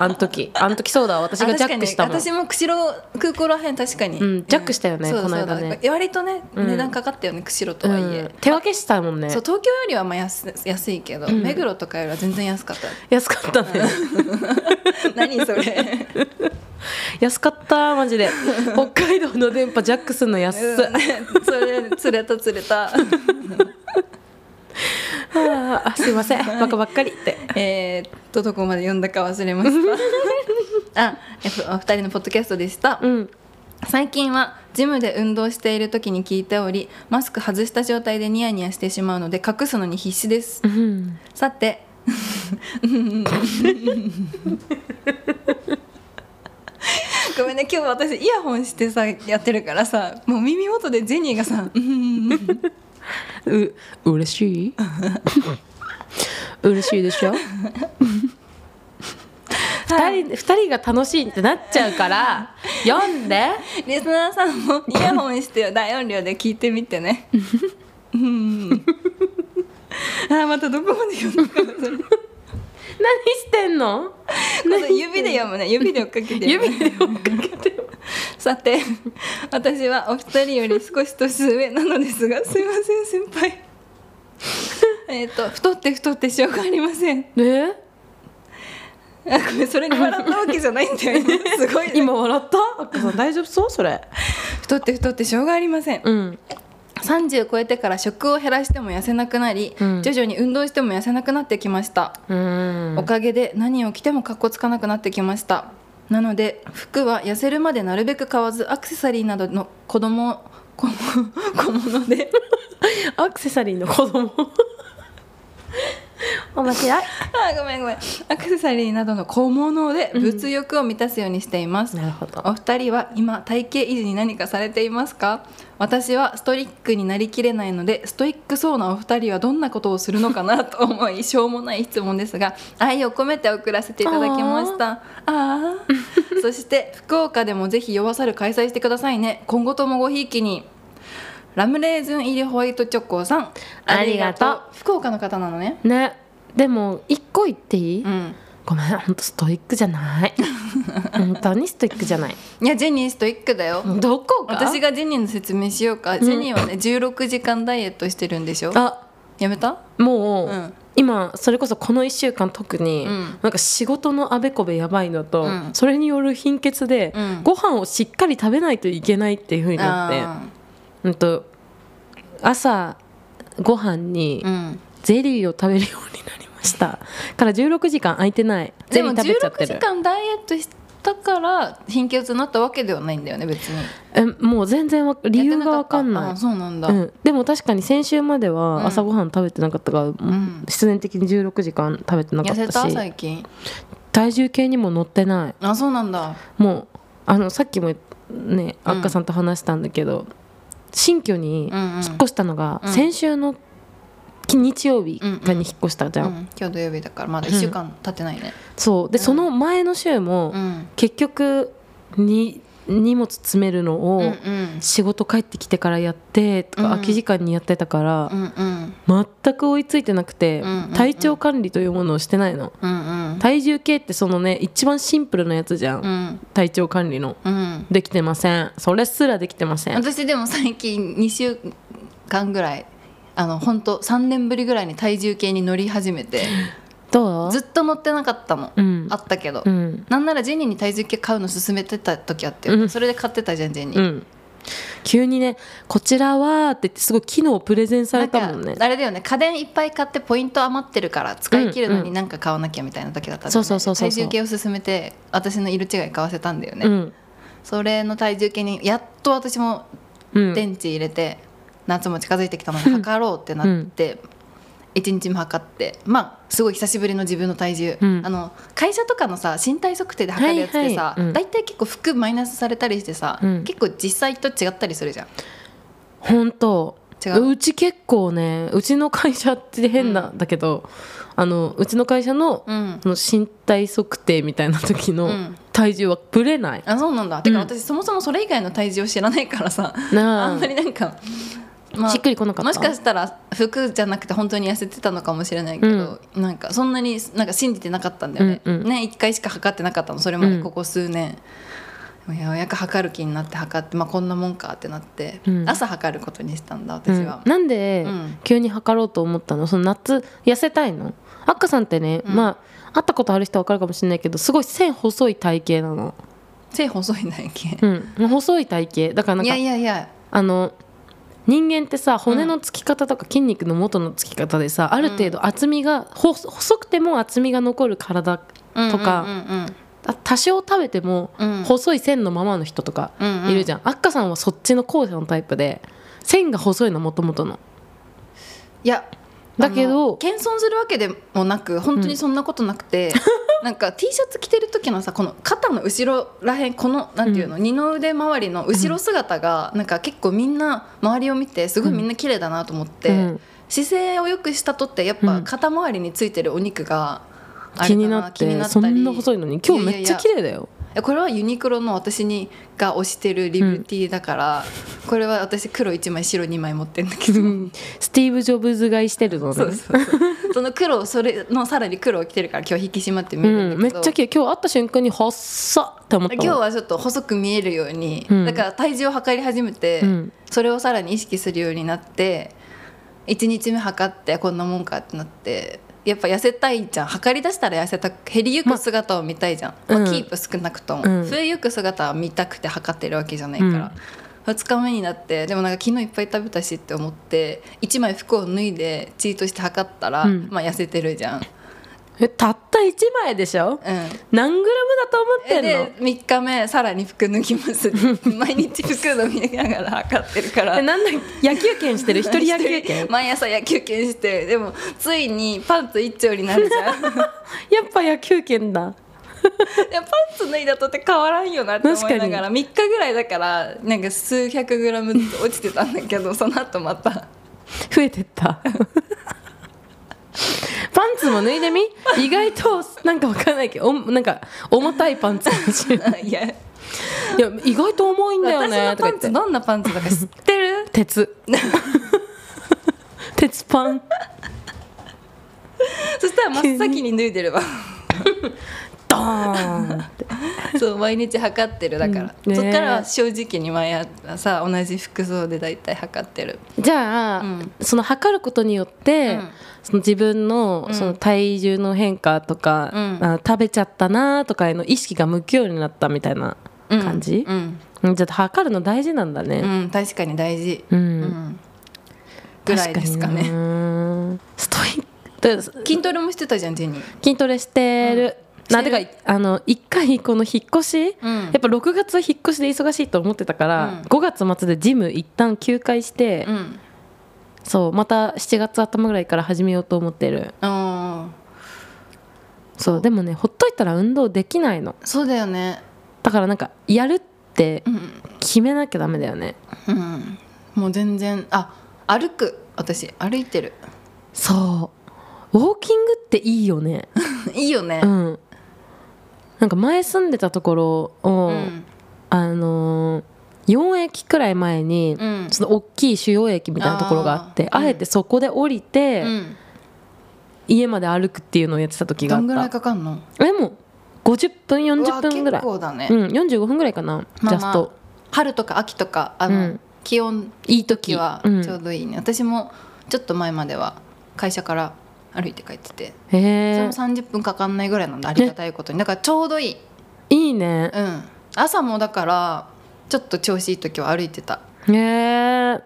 Speaker 2: あの時あの時そうだ私がジャックした
Speaker 1: あ
Speaker 2: もん
Speaker 1: 確かに私も釧路空港らへん確かに、
Speaker 2: うんジャックしたよね
Speaker 1: そうだそうだ
Speaker 2: この間ね
Speaker 1: 割とね
Speaker 2: うん
Speaker 1: 値段かかったよね、釧路とはいえ、
Speaker 2: うん手分けしたもんね
Speaker 1: そう東京よりはまあ安安いけど、
Speaker 2: ん
Speaker 1: 目黒とかよりは全然安
Speaker 2: (laughs)
Speaker 1: かった
Speaker 2: 安かっ
Speaker 1: (laughs)
Speaker 2: たね
Speaker 1: 何それ
Speaker 2: 安かったマジで北海道の電波ジャックすんの安っ、
Speaker 1: うんねそれ釣れた釣れ
Speaker 2: (laughs)
Speaker 1: た
Speaker 2: あーすいませんバカばっかりって
Speaker 1: えーっとどこまで読んだか忘れました
Speaker 2: (laughs)
Speaker 1: あえお二人のポッドキャストでした、
Speaker 2: うん
Speaker 1: 最近はジムで運動している時に聞いておりマスク外した状態でニヤニヤしてしまうので隠すのに必死です
Speaker 2: うん
Speaker 1: さてごめんね今日私イヤホンしてさやってるからさもう耳元でジェニーがさ「うんうんうん
Speaker 2: う嬉しい嬉しいでしょ二人二人が楽しいってなっちゃうから読ん (laughs) で
Speaker 1: リスナーさんもイヤホンして大音量で聞いてみてね」うんあまたどこまで読むかなそれ
Speaker 2: 何してんの
Speaker 1: 今度指で読むね指で追っかけて読む
Speaker 2: 指で追っかけてよ
Speaker 1: さて私はお二人より少し年上なのですがすいません先輩えっと太って太ってしょうがありません
Speaker 2: え
Speaker 1: あごめんそれに笑ったわけじゃないんだよ今すごいね、
Speaker 2: 今笑ったあっこさん大丈夫そうそれ
Speaker 1: 太って太ってしょうがありません
Speaker 2: うん
Speaker 1: 30超えてから食を減らしても痩せなくなり、
Speaker 2: うん
Speaker 1: 徐々に運動しても痩せなくなってきました
Speaker 2: うん
Speaker 1: おかげで何を着てもかっこつかなくなってきましたなので服は痩せるまでなるべく買わずアクセサリーなどの子供小小物で
Speaker 2: アクセサリーの子供面白い
Speaker 1: あ (laughs) ごめんごめんアクセサリーなどの小物で物欲を満たすようにしています、
Speaker 2: なるほど
Speaker 1: お二人は今体型維持に何かされていますか私はストイックになりきれないのでストイックそうなお二人はどんなことをするのかなと思いしょうもない質問ですが愛を込めて送らせていただきましたああーそして福岡でもぜひ弱さる開催してくださいね今後ともごひいきにラムレーズン入りホワイトチョコさん
Speaker 2: ありがとう
Speaker 1: 福岡の方なのね
Speaker 2: ねでも一個言っていい、
Speaker 1: うん
Speaker 2: ごめん本当ストイックじゃない
Speaker 1: (laughs)
Speaker 2: 本当にストイックじゃない
Speaker 1: いやジェニーストイックだよ、
Speaker 2: どこが
Speaker 1: 私がジェニーの説明しようか、ジェニーはね16時間ダイエットしてるんでしょ
Speaker 2: あ
Speaker 1: やめた
Speaker 2: もう、
Speaker 1: うん
Speaker 2: 今それこそこの1週間特に、
Speaker 1: うん
Speaker 2: なんか仕事のあべこべやばいのと、
Speaker 1: うん
Speaker 2: それによる貧血で、
Speaker 1: うん
Speaker 2: ご飯をしっかり食べないといけないっていう風にな
Speaker 1: あ
Speaker 2: って、うん、と朝ご飯に
Speaker 1: ーうん
Speaker 2: ゼリーを食べるようになりましたから16時間空いてない
Speaker 1: で
Speaker 2: ゼリー
Speaker 1: も
Speaker 2: 食べちゃっ
Speaker 1: 16
Speaker 2: て
Speaker 1: 時
Speaker 2: る
Speaker 1: 間ダイエットしたから貧血になったわけではないんだよね別に
Speaker 2: えもう全然わ理由が分かんない
Speaker 1: やってかったあそうなんだ、
Speaker 2: うん、でも確かに先週までは朝ごはん食べてなかったから、
Speaker 1: ん
Speaker 2: 必然的に16時間食べてなか
Speaker 1: 痩
Speaker 2: っ
Speaker 1: せ
Speaker 2: た
Speaker 1: た
Speaker 2: し
Speaker 1: 最近
Speaker 2: 体重計にも乗ってない
Speaker 1: あそうなんだ
Speaker 2: もうあのさっきもね
Speaker 1: うん
Speaker 2: あっかさんと話したんだけど、新居に
Speaker 1: うんうん
Speaker 2: 引っ越したのが
Speaker 1: うん
Speaker 2: 先週のき日曜日
Speaker 1: うん
Speaker 2: かに引っ越したじ
Speaker 1: う
Speaker 2: ゃん、
Speaker 1: ん、今日土曜日だからまだ1週間経ってないね
Speaker 2: そうで、その前の週も
Speaker 1: うん
Speaker 2: 結局に荷物詰めるの
Speaker 1: うんう
Speaker 2: を
Speaker 1: ん
Speaker 2: 仕事帰ってきてからやってとか、
Speaker 1: うん
Speaker 2: 空き時間にやってたから
Speaker 1: う、んうん
Speaker 2: 全く追いついてなくて、
Speaker 1: うんうんうん
Speaker 2: 体調管理というものをしてないの、
Speaker 1: うんうんうん
Speaker 2: 体重計ってそのね一番シンプルなやつじゃん、
Speaker 1: うん
Speaker 2: 体調管理の
Speaker 1: うん
Speaker 2: できてませんそれすらできてません
Speaker 1: 私でも最近2週間ぐらいあの本当3年ぶりぐらいに体重計に乗り始めて
Speaker 2: どう
Speaker 1: ずっと乗ってなかったの、
Speaker 2: うん
Speaker 1: あったけど、
Speaker 2: うん
Speaker 1: なんならジェニーに体重計買うの勧めてた時あって、
Speaker 2: うん
Speaker 1: それで買ってたじゃんジェニー、
Speaker 2: うん急にね「こちらは」って言ってすごい機能をプレゼンさ
Speaker 1: な
Speaker 2: れ
Speaker 1: ん
Speaker 2: たもん
Speaker 1: か
Speaker 2: ね
Speaker 1: あれだよね家電いっぱい買ってポイント余ってるから使い切るの
Speaker 2: うんう
Speaker 1: に
Speaker 2: ん
Speaker 1: なんか買わなきゃみたいな時だったんだよね
Speaker 2: そうそうそうそう
Speaker 1: 体重計を勧めて私の色違い買わせたんだよね、
Speaker 2: うん
Speaker 1: それの体重計にやっと私も
Speaker 2: うん
Speaker 1: 電池入れて、夏も近づいてきたのに測ろうってなって、1日も測ってまあすごい久しぶりの自分の体重、
Speaker 2: うん
Speaker 1: あの会社とかのさ身体測定で測るやつってさ、
Speaker 2: はいはいうん
Speaker 1: 大体結構服マイナスされたりしてさ、
Speaker 2: うん
Speaker 1: 結構実際と違ったりするじゃん。
Speaker 2: 本当
Speaker 1: 違う
Speaker 2: うち結構ねうちの会社って変な
Speaker 1: うん
Speaker 2: だけど、あのうちの会社の,、
Speaker 1: うん
Speaker 2: その身体測定みたいな時
Speaker 1: う
Speaker 2: の
Speaker 1: ん
Speaker 2: 体重はぶれない、
Speaker 1: あそうなんだてか
Speaker 2: うん
Speaker 1: 私そもそもそれ以外の体重を知らないからさ、
Speaker 2: なあ
Speaker 1: あんまりなんか、まあ
Speaker 2: しっくりこなかった
Speaker 1: もしかしたら服じゃなくて本当に痩せてたのかもしれないけど、なんかそんなになんか信じてなかったんだよね、
Speaker 2: うんうん
Speaker 1: ね1回しか測ってなかったのそれま
Speaker 2: う
Speaker 1: で
Speaker 2: ん
Speaker 1: ここ数年、ようやく測る気になって測って、まあ、こんなもんかってなって、
Speaker 2: うん
Speaker 1: 朝測ることにしたんだ
Speaker 2: う
Speaker 1: 私
Speaker 2: ん
Speaker 1: は、
Speaker 2: なんで
Speaker 1: うん
Speaker 2: 急に測ろうと思ったのその夏痩せたいのアッカさんってね、
Speaker 1: うん
Speaker 2: まあ会ったことある人は分かるかもしれないけどすごい線細い体型なの、
Speaker 1: 背細いんだっけ、
Speaker 2: うん、細い体型だからなん
Speaker 1: いや
Speaker 2: か
Speaker 1: いやいや
Speaker 2: あの人間ってさ骨のつき方とか筋肉の元のつき方でさ、ある程度厚みがほ細くても厚みが残る体とか、あ多少食べても
Speaker 1: うん
Speaker 2: 細い線のままの人とかいるじ
Speaker 1: ゃん
Speaker 2: ゃん、あっかさんはそっちの後者のタイプで線が細いのもともとの
Speaker 1: いや
Speaker 2: だけ
Speaker 1: あ
Speaker 2: ど
Speaker 1: の謙遜するわけでもなく本当にそんなことなくて、
Speaker 2: (laughs)
Speaker 1: なんか T シャツ着てる時のさこの肩の後ろらへんこのなんていうの、二の腕周りの後ろ姿がなんか結構みんな周りを見てすごいみんな綺麗だなと思って、
Speaker 2: うん
Speaker 1: 姿勢をよくしたとってやっ
Speaker 2: う
Speaker 1: ぱ
Speaker 2: ん
Speaker 1: 肩周りについてるお肉があれ
Speaker 2: 気
Speaker 1: か
Speaker 2: になって
Speaker 1: 気になった
Speaker 2: そ
Speaker 1: り
Speaker 2: んな細いのに今日めっちゃ綺麗だよ
Speaker 1: いやこれはユニクロの私にが推してるリブティだから、これは私黒1枚白2枚持ってるんだけど。
Speaker 2: うんスティーブ・ジョブズ買いしてるの
Speaker 1: そ
Speaker 2: で、
Speaker 1: う
Speaker 2: (laughs)
Speaker 1: そうそうその黒をそれのさらに黒を着てるから今日引き締まって見える
Speaker 2: うんんめ
Speaker 1: だ
Speaker 2: っ
Speaker 1: けど、
Speaker 2: ちゃ綺麗今日会った瞬間に細っって思った
Speaker 1: 今
Speaker 2: もん
Speaker 1: 日はちょっと細く見えるように、
Speaker 2: うん
Speaker 1: だから体重を測り始めて、
Speaker 2: うん
Speaker 1: それをさらに意識するようになって1日目測ってこんなもんかってなってやっぱ痩せたいじゃん測り出したら痩せた減りゆく姿を見たいじゃん、
Speaker 2: ま
Speaker 1: まあ
Speaker 2: うん
Speaker 1: キープ少なくとも、
Speaker 2: うん
Speaker 1: 増えゆく姿は見たくて測ってるわけじゃないから、2日目になってでもなんか昨日いっぱい食べたしって思って1枚服を脱いでチートして測ったら、
Speaker 2: うん
Speaker 1: まあ痩せてるじゃん。うん
Speaker 2: えたった1枚でしょ何グラムだと思ってんの
Speaker 1: で3日目さらに服脱ぎ
Speaker 2: (laughs)
Speaker 1: ます毎日服脱ぎながら測ってるから
Speaker 2: えなんだ野球拳して
Speaker 1: (laughs)
Speaker 2: る一人野球
Speaker 1: 一
Speaker 2: 拳
Speaker 1: 人毎朝野球拳してでもついにパンツ一丁になるじ
Speaker 2: (laughs)
Speaker 1: ゃんい
Speaker 2: やっぱ野球拳だ
Speaker 1: やパンツ脱いだとって変わらんよなって思いな
Speaker 2: 確
Speaker 1: が
Speaker 2: から
Speaker 1: 3日ぐらいだからなんか数百グラムずつ落ちてたんだけどその後また (laughs)
Speaker 2: 増えてった (laughs) パンツも脱いでみ意外となんかわかんないけどおなんか重たいパンツにし
Speaker 1: いや
Speaker 2: いや意外と重いんだよ
Speaker 1: 私
Speaker 2: ね
Speaker 1: の
Speaker 2: とか
Speaker 1: パン
Speaker 2: 言って
Speaker 1: ツどんなパンツだか
Speaker 2: (laughs)
Speaker 1: 知ってる
Speaker 2: 鉄鉄パン
Speaker 1: そしたら真っ先に脱いでれば
Speaker 2: ドーンっ
Speaker 1: (laughs)
Speaker 2: て
Speaker 1: そう毎日測ってるだから、
Speaker 2: うんね
Speaker 1: そっからは正直に毎朝同じ服装で大体測ってる
Speaker 2: じゃあ、
Speaker 1: うん
Speaker 2: その測ることによって、
Speaker 1: うん
Speaker 2: その自分の
Speaker 1: うん
Speaker 2: その体重の変化とか、
Speaker 1: うん
Speaker 2: あ食べちゃったなとかへの意識が向くようになったみたいな感じ
Speaker 1: う、ん、
Speaker 2: うんじゃあ測るの大事なんだ
Speaker 1: う
Speaker 2: ね
Speaker 1: んうん確かに大事、
Speaker 2: うん、
Speaker 1: うん、ぐらいですかね
Speaker 2: 確になストイックだから
Speaker 1: 筋トレもしてたじゃんジェニー、
Speaker 2: 筋トレしてる、
Speaker 1: うん
Speaker 2: なてか
Speaker 1: して
Speaker 2: あの1回この引っ越し、
Speaker 1: うん
Speaker 2: やっぱ6月は引っ越しで忙しいと思ってたから、
Speaker 1: うん
Speaker 2: 5月末でジム一旦休会して、
Speaker 1: うん
Speaker 2: そうまた7月頭ぐらいから始めようと思ってる
Speaker 1: あ
Speaker 2: そうでもねほっといたら運動できないの
Speaker 1: ーそうだよね
Speaker 2: だからなんかやるって
Speaker 1: うん、
Speaker 2: 決めなきゃダメだよね
Speaker 1: うん、もう全然あ歩く私歩いてる (laughs)
Speaker 2: そうウォーキングっていいよね
Speaker 1: いいよね
Speaker 2: うんなんか前住んでたところを、
Speaker 1: うん
Speaker 2: あのー、4駅くらい前に、
Speaker 1: うん
Speaker 2: その大きい主要駅みたいなところがあってあ
Speaker 1: あー
Speaker 2: えてそこで降りて、
Speaker 1: うん
Speaker 2: 家まで歩くっていうのをやってた時
Speaker 1: ど
Speaker 2: があっ
Speaker 1: んぐらい
Speaker 2: た
Speaker 1: かかんの
Speaker 2: でも50分40分ぐらいう
Speaker 1: わ結構だね、
Speaker 2: うん45分ぐらいか
Speaker 1: ま
Speaker 2: な、
Speaker 1: あまあ
Speaker 2: ジャスト
Speaker 1: 春とか秋とかあの、
Speaker 2: うん
Speaker 1: 気温
Speaker 2: いい時
Speaker 1: 気は
Speaker 2: うん
Speaker 1: ちょうどいいね、私もちょっと前までは会社から歩いて帰ってて、
Speaker 2: へえ
Speaker 1: その30分かかんないぐらいなんでありがたいことにだからちょうどいい、
Speaker 2: いいね
Speaker 1: うん、朝もだからちょっと調子いい時は歩いてた
Speaker 2: へえ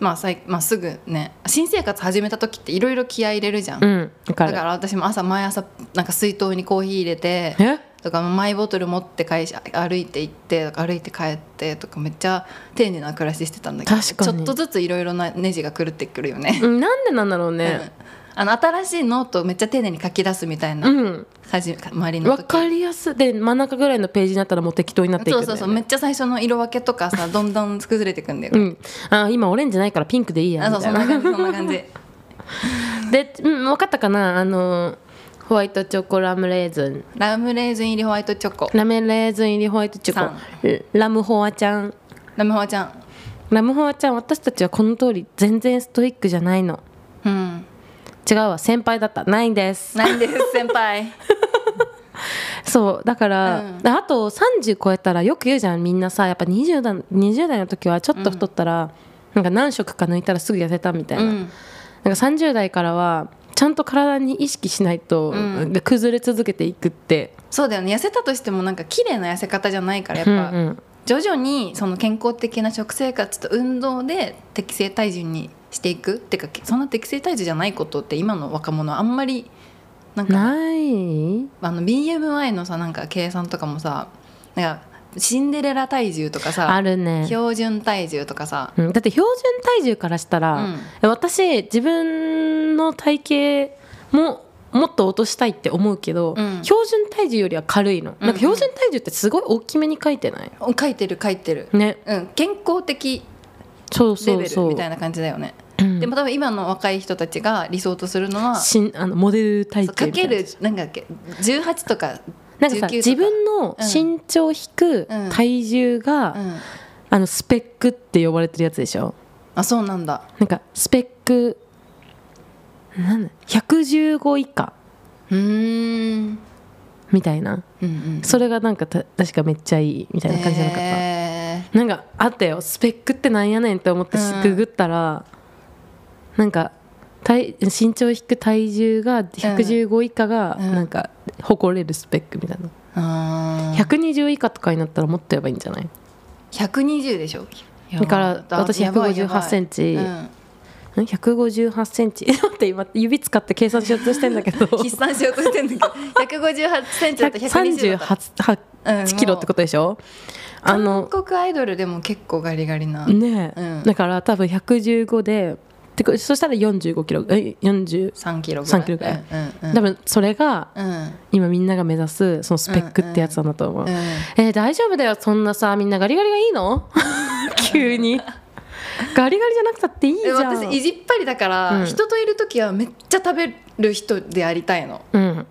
Speaker 1: まあ、さいまあすぐね新生活始めた時っていろいろ気合い入れるじゃん、
Speaker 2: うんわか
Speaker 1: だ
Speaker 2: る
Speaker 1: から私も朝毎朝なんか水筒にコーヒー入れて
Speaker 2: え
Speaker 1: とかマイボトル持って会社歩いて行ってとか歩いて帰ってとかめっちゃ丁寧な暮らししてたんだけど
Speaker 2: 確かに
Speaker 1: ちょっとずついろいろなネジが狂ってくるよね。
Speaker 2: うんなんでなんだろうね
Speaker 1: うんあの新しいノートをめっちゃ丁寧に書き出すみたいな、
Speaker 2: うん
Speaker 1: はじ周りの
Speaker 2: わ
Speaker 1: 時
Speaker 2: かりやすいで真ん中ぐらいのページになったらもう適当になっていく
Speaker 1: そ
Speaker 2: ん
Speaker 1: う
Speaker 2: だ
Speaker 1: そ
Speaker 2: よ
Speaker 1: うそ
Speaker 2: ね
Speaker 1: うめっちゃ最初の色分けとかさどんどん崩れてくんだよ、
Speaker 2: うん、あ今オレンジないからピンクでいいや
Speaker 1: あそ
Speaker 2: み
Speaker 1: う
Speaker 2: た
Speaker 1: そ
Speaker 2: い
Speaker 1: んな感じそ
Speaker 2: な
Speaker 1: んな感じ
Speaker 2: で、うん、分かったかなあのホワイトチョコラムレーズン
Speaker 1: ラムレーズン入りホワイトチョコ
Speaker 2: ラムレーズン入りホワイトチョコラムホワちゃん
Speaker 1: ラムホワちゃん
Speaker 2: ラムホワちゃん私たちはこの通り全然ストイックじゃないの
Speaker 1: うん
Speaker 2: 違うわ先輩だったないんです
Speaker 1: ないんです先輩
Speaker 2: そうだから、
Speaker 1: うん
Speaker 2: あと30超えたらよく言うじゃんみんなさやっぱ20代 ,20 代の時はちょっと太ったら、なんか何食か抜いたらすぐ痩せたみたい
Speaker 1: (laughs)
Speaker 2: な、
Speaker 1: うん
Speaker 2: なんか30代からはちゃんと体に意識しないと、
Speaker 1: うん
Speaker 2: で崩れ続けていくって
Speaker 1: そうだよね痩せたとしてもなんか綺麗な痩せ方じゃないからやっぱ、
Speaker 2: うんうん
Speaker 1: 徐々にその健康的な食生活と運動で適正体重にしていくってかそんな適正体重じゃないことって今の若者はあんまりなんか
Speaker 2: ない
Speaker 1: あの BMI のさなんか計算とかもさなんかシンデレラ体重とか
Speaker 2: あ
Speaker 1: さ、
Speaker 2: るね、
Speaker 1: 標準体重とかさ、
Speaker 2: うん、だって標準体重からした
Speaker 1: う
Speaker 2: ら、
Speaker 1: ん
Speaker 2: 私自分の体型ももっと落としたいって思うけど、
Speaker 1: うん
Speaker 2: 標準体重よりは軽いの、
Speaker 1: うん
Speaker 2: なんか標準体重ってすごい大きめに書いてない
Speaker 1: 書いてる書いてる、
Speaker 2: ね
Speaker 1: うん、健康的
Speaker 2: そう
Speaker 1: レ
Speaker 2: そう
Speaker 1: ベル
Speaker 2: そう
Speaker 1: みたいな感じだよね
Speaker 2: うん
Speaker 1: でも多分今の若い人たちが理想とするのは
Speaker 2: しんあのモデル体
Speaker 1: そう
Speaker 2: 型
Speaker 1: か
Speaker 2: みた
Speaker 1: け
Speaker 2: いな
Speaker 1: るなんだっけ18とか、
Speaker 2: なんか
Speaker 1: 19と
Speaker 2: さ
Speaker 1: か
Speaker 2: 自分の身長引く
Speaker 1: うん
Speaker 2: 体重が、
Speaker 1: うん、
Speaker 2: あのスペックって呼ばれてるやつでしょ
Speaker 1: あそうなんだ
Speaker 2: なんかスペックなんだ115以下
Speaker 1: うーん
Speaker 2: みたいな
Speaker 1: うんうん
Speaker 2: それがなんかた確かめっちゃいいみたいな感じじゃなかった、
Speaker 1: え
Speaker 2: なんかあったよスペックってなんやねんって思ってし
Speaker 1: うん
Speaker 2: ググったら、なんか体身長引く体重が115以下が
Speaker 1: うん
Speaker 2: なんか誇れるスペックみたいな、
Speaker 1: ーあー
Speaker 2: 120以下とかになったらもっとやばいんじゃない
Speaker 1: 120でしょ
Speaker 2: だから私
Speaker 1: やばいやばい
Speaker 2: 158センチ
Speaker 1: うん
Speaker 2: ん158センチ (laughs) 待って今指使って計算しようとしてんだ
Speaker 1: (laughs)
Speaker 2: けど
Speaker 1: 筆算しようとしてんだけど158センチだったら120だっ
Speaker 2: 38キロってことでしょ、
Speaker 1: た
Speaker 2: あの
Speaker 1: 韓国アイドルでも結構ガリガリな、
Speaker 2: ねえ、
Speaker 1: うん
Speaker 2: だから多分115でてかそしたら45キロえ40
Speaker 1: 3キロぐらい
Speaker 2: 3キロぐらい
Speaker 1: うんうん
Speaker 2: 多分それが
Speaker 1: うん
Speaker 2: 今みんなが目指すそのスペックってやつなんだと思う、
Speaker 1: うん
Speaker 2: えー大丈夫だよそんなさみんなガリガリがいいの (laughs) 急にガリガリじゃなくたっていいじ
Speaker 1: え
Speaker 2: ゃん
Speaker 1: 私意地っぱりだから、
Speaker 2: うん
Speaker 1: 人といる時はめっちゃ食べる人でありたいの
Speaker 2: うん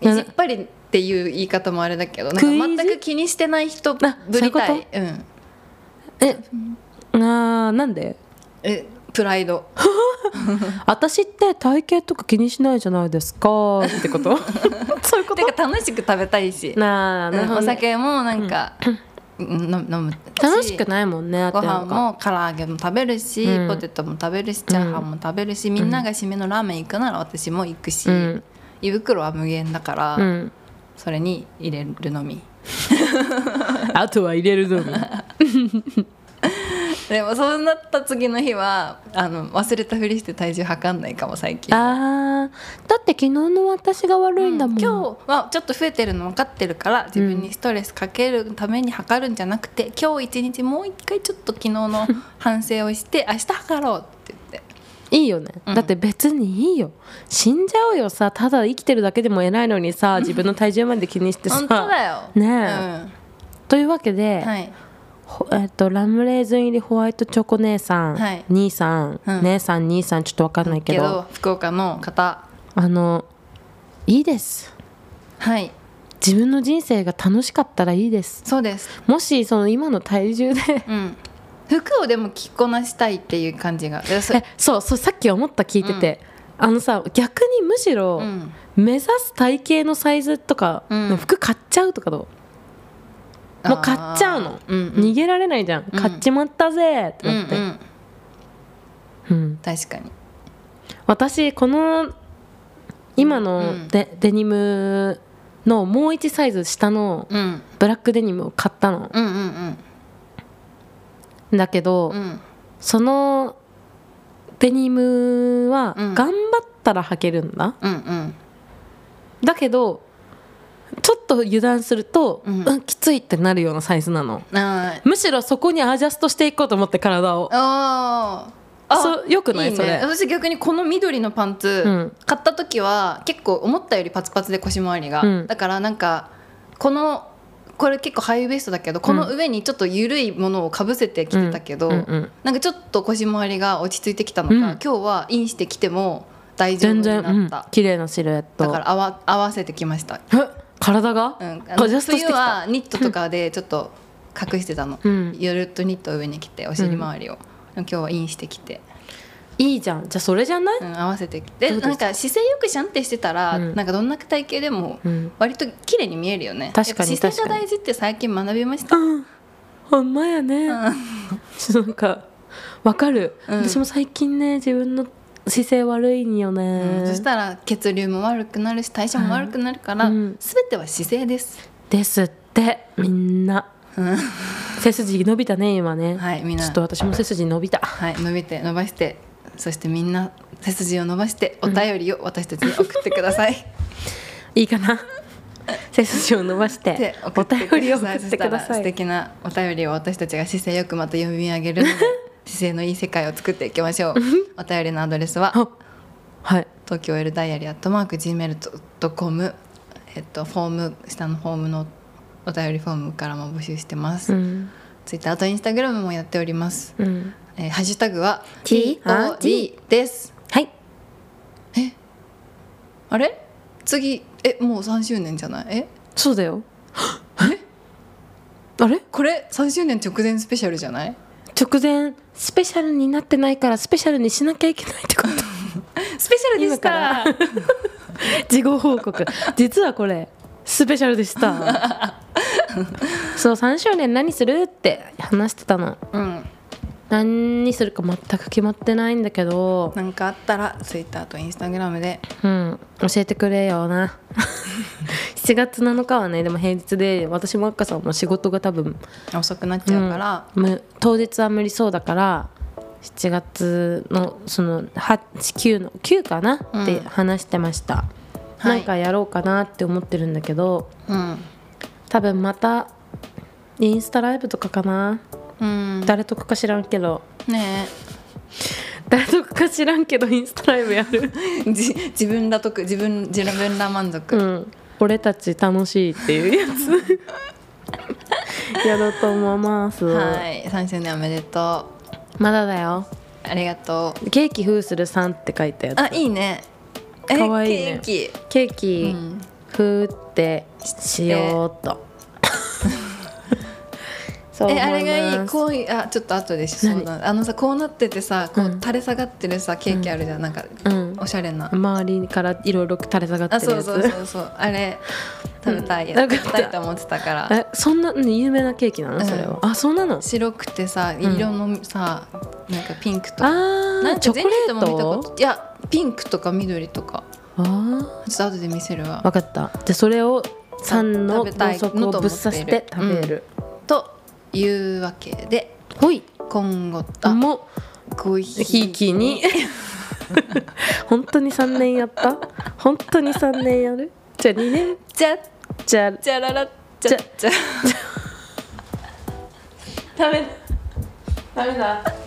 Speaker 1: 意
Speaker 2: な
Speaker 1: 地っぱりっていう言い方もあれだけどなんか
Speaker 2: 食い意地
Speaker 1: 全く気にしてない人ぶり
Speaker 2: あ
Speaker 1: た
Speaker 2: そうい
Speaker 1: いうん、
Speaker 2: えあーなんで
Speaker 1: えプライ
Speaker 2: (laughs)
Speaker 1: ド
Speaker 2: 私って体型とか気にしないじゃないですかってことそういうこ
Speaker 1: て
Speaker 2: と
Speaker 1: か楽しく食べたいし、
Speaker 2: なあなる
Speaker 1: うん
Speaker 2: ほど
Speaker 1: お
Speaker 2: ね
Speaker 1: 酒もなんか、うん飲む飲む
Speaker 2: 楽しくないもんね
Speaker 1: ご
Speaker 2: な
Speaker 1: 飯
Speaker 2: んか
Speaker 1: も唐揚げも食べるし、
Speaker 2: うん
Speaker 1: ポテトも食べるしチャーハンも食べるし、みんなが締めのラーメン行くなら私も行くし、
Speaker 2: うん
Speaker 1: 胃袋は無限だから、
Speaker 2: うん
Speaker 1: それに入れるのみ
Speaker 2: あとは入れるのに
Speaker 1: でもそうなった次の日はあの忘れたふりして体重測んないかも最近
Speaker 2: あーだって昨日の私が悪いんだもん、
Speaker 1: 今日はちょっと増えてるの分かってるから自分にストレスかけるために測るんじゃなくて、今日一日もう一回ちょっと昨日の反省を
Speaker 2: (laughs)
Speaker 1: して明日測ろうって言って
Speaker 2: いいよね、
Speaker 1: うん
Speaker 2: だって別にいいよ死んじゃうよさただ生きてるだけでも偉いの
Speaker 1: (laughs)
Speaker 2: にさ自分の体重まで気にしてさ
Speaker 1: 本当だよ、
Speaker 2: ねというわけで、
Speaker 1: うん、はい
Speaker 2: ほえっとラムレーズン入りホワイトチョコ姉さん、
Speaker 1: はい
Speaker 2: 兄さん、
Speaker 1: うん
Speaker 2: 姉さん兄さんちょっと分かんないけ
Speaker 1: け
Speaker 2: ど
Speaker 1: ど福岡の方
Speaker 2: あのいいです
Speaker 1: はい
Speaker 2: 自分の人生が楽しかったらいいです
Speaker 1: そうです
Speaker 2: もしその今の体重で
Speaker 1: うん服をでも着こなしたいっていう感じがでそ
Speaker 2: えそうそうさっき思った聞いてて、あのさ逆にむしろ、
Speaker 1: うん
Speaker 2: 目指す体型のサイズとか、
Speaker 1: うん
Speaker 2: 服買っちゃうとかどうもう買っちゃうの
Speaker 1: あ、ーうんうん
Speaker 2: 逃げられないじゃん、
Speaker 1: うん
Speaker 2: 買っちまったぜって
Speaker 1: うん
Speaker 2: なって、
Speaker 1: うん
Speaker 2: うん
Speaker 1: 確かに
Speaker 2: 私この今
Speaker 1: う
Speaker 2: の
Speaker 1: ん
Speaker 2: デ,、デニムのもう1サイズ下の
Speaker 1: うん
Speaker 2: ブラックデニムを買ったの、
Speaker 1: うんうん
Speaker 2: だけど、
Speaker 1: うんうん
Speaker 2: そのデニムは
Speaker 1: うん
Speaker 2: 頑張ったら履けるんだ、
Speaker 1: うんうん
Speaker 2: だけどちょっと油断すると、う
Speaker 1: うんん
Speaker 2: きついってなるようなサイズなの
Speaker 1: あー
Speaker 2: むしろそこにアジャストしていこうと思って体を
Speaker 1: あーあ
Speaker 2: そうよくない
Speaker 1: ね
Speaker 2: それ
Speaker 1: 私逆にこの緑のパンツ、
Speaker 2: うん
Speaker 1: 買った時は結構思ったよりパツパツで腰回りが、
Speaker 2: うん
Speaker 1: だからなんかこのこれ結構ハイウエストだけどこの上にちょっと緩いものをかぶせてきてたけど、
Speaker 2: うんうん
Speaker 1: なんかちょっと腰回りが落ち着いてきたのか、
Speaker 2: うん
Speaker 1: 今日はインしてきても大丈夫
Speaker 2: 全
Speaker 1: にな
Speaker 2: 然
Speaker 1: った、
Speaker 2: うん綺麗なシルエット
Speaker 1: だから合わ合わせてきました、
Speaker 2: え体が、
Speaker 1: うん、あ
Speaker 2: アジャ
Speaker 1: の
Speaker 2: ストして
Speaker 1: 冬
Speaker 2: きた
Speaker 1: はニットとかでちょっと隠してたの、
Speaker 2: うん
Speaker 1: ゆるっとニットを上に着てお尻周りを、今日はインしてきて、
Speaker 2: いいじゃんじゃあそれじゃない、
Speaker 1: うん、合わせてきて
Speaker 2: どうですか
Speaker 1: なんか姿勢よくシャンってしてたら、
Speaker 2: うん
Speaker 1: なんかどんな体型でも
Speaker 2: うん
Speaker 1: 割と綺麗に見えるよね
Speaker 2: 確かに
Speaker 1: やっぱ姿勢が
Speaker 2: 確かに
Speaker 1: 大事って最近学びました、
Speaker 2: うん、ほんまやね、
Speaker 1: うん
Speaker 2: ちょっとなんかわかる、
Speaker 1: うん
Speaker 2: 私も最近ね自分の姿勢悪いんよね、
Speaker 1: うんそしたら血流も悪くなるし代謝も悪くなるから、
Speaker 2: うん
Speaker 1: 全ては姿勢です、
Speaker 2: ですってみんな
Speaker 1: うん
Speaker 2: 背筋伸びたね今ね、
Speaker 1: はいみん
Speaker 2: ちょ
Speaker 1: な
Speaker 2: っと私も背筋伸びた
Speaker 1: はい、伸びて伸ばしてそしてみんな背筋を伸ばしてお便りを私たちに送ってください
Speaker 2: いいか
Speaker 1: (laughs)
Speaker 2: な背筋を伸ばし
Speaker 1: で
Speaker 2: て
Speaker 1: 送
Speaker 2: お
Speaker 1: って
Speaker 2: 便
Speaker 1: ください
Speaker 2: りを送って
Speaker 1: そし
Speaker 2: くだ
Speaker 1: たら
Speaker 2: さ
Speaker 1: 素
Speaker 2: い
Speaker 1: 敵なお便りを私たちが姿勢よくまた読み上げ
Speaker 2: (laughs)
Speaker 1: るので姿勢のいい世界を作っていきましょうお便りのアドレスは
Speaker 2: あはい
Speaker 1: 東京 L ダイアリーアットマーク Gmail.com えっとフォーム下のフォームのお便りフォームからも募集してます、
Speaker 2: うん
Speaker 1: ツイッターとインスタグラムもやっております、
Speaker 2: うん
Speaker 1: えーハッシュタグは
Speaker 2: TRD
Speaker 1: TOD です
Speaker 2: はい
Speaker 1: えあれ次えもう3周年じゃないえ
Speaker 2: そうだよあれ
Speaker 1: これ3周年直前スペシャルじゃない
Speaker 2: 直前スペシャルになってないからスペシャルにしなきゃいけないってこと
Speaker 1: スペシャルでした
Speaker 2: (laughs) 事後報告実はこれスペシャルでしたそう3周年何するって話してたの (laughs)
Speaker 1: うん
Speaker 2: 何にするか全く決まってないんだけど、
Speaker 1: なんかあったらツイッターとインスタグラムで
Speaker 2: うん、教えてくれよな7月7日はねでも平日で私も赤さんも仕事が多分
Speaker 1: 遅くなっちゃうから、
Speaker 2: うんむ当日は無理そうだから7月のその89の9かな、
Speaker 1: うん
Speaker 2: って話してました、
Speaker 1: はい
Speaker 2: なんかやろうかなって思ってるんだけど
Speaker 1: うん
Speaker 2: 多分またインスタライブとかかな、
Speaker 1: うん、
Speaker 2: 誰とかか知らんけど
Speaker 1: ね
Speaker 2: 誰とかか知らんけどインスタライブやる
Speaker 1: え (laughs) じ自分ら得自分自分ら満足、
Speaker 2: うん俺たち楽しいってい
Speaker 1: (laughs)
Speaker 2: うやつやろうと思います、
Speaker 1: はい3周年おめでと
Speaker 2: まだだよ
Speaker 1: うありがとう
Speaker 2: ケーキ風するさんって書いたやつ
Speaker 1: あいいねえ
Speaker 2: かわいいね
Speaker 1: ケー
Speaker 2: ケー
Speaker 1: キ、
Speaker 2: キ、
Speaker 1: うん
Speaker 2: ふーってしよう
Speaker 1: (laughs)
Speaker 2: っと。そう思
Speaker 1: え
Speaker 2: い
Speaker 1: あれがい
Speaker 2: ま
Speaker 1: い
Speaker 2: す
Speaker 1: こういうあちょっと後でしそうだあのさこうなっててさこう垂れ下がってるさケーキあるじゃん、なんか、
Speaker 2: うん
Speaker 1: おしゃれな、
Speaker 2: 周りからいろいろ垂れ下がって
Speaker 1: あ
Speaker 2: るやつ。
Speaker 1: そうそうそうそうあれ食べたい、
Speaker 2: うん
Speaker 1: や食べたいと思ってた (laughs) から
Speaker 2: えそんなうん有名なケーキなのそれは、あそうなのあ
Speaker 1: 白くてさ色のさ、なんかピンクとかな
Speaker 2: ー
Speaker 1: ん
Speaker 2: チ
Speaker 1: か
Speaker 2: ョコレ
Speaker 1: 全然
Speaker 2: ー
Speaker 1: 見たこ
Speaker 2: ト
Speaker 1: といやピンクとか緑とか
Speaker 2: あー
Speaker 1: ちょっと後で見せるわ
Speaker 2: わかったじゃあそれをさん
Speaker 1: 食
Speaker 2: の
Speaker 1: べた
Speaker 2: 法
Speaker 1: いのと
Speaker 2: 則を
Speaker 1: 思っている
Speaker 2: ぶっ刺して食べる、
Speaker 1: というわけで
Speaker 2: ほい
Speaker 1: 今後あ
Speaker 2: も
Speaker 1: ごひ
Speaker 2: ひいきに (laughs) 本当に3年やった本当に3年やるじゃあ2年
Speaker 1: じゃ
Speaker 2: じゃあ
Speaker 1: じゃららじゃじゃ (laughs)
Speaker 2: ダメだダメだ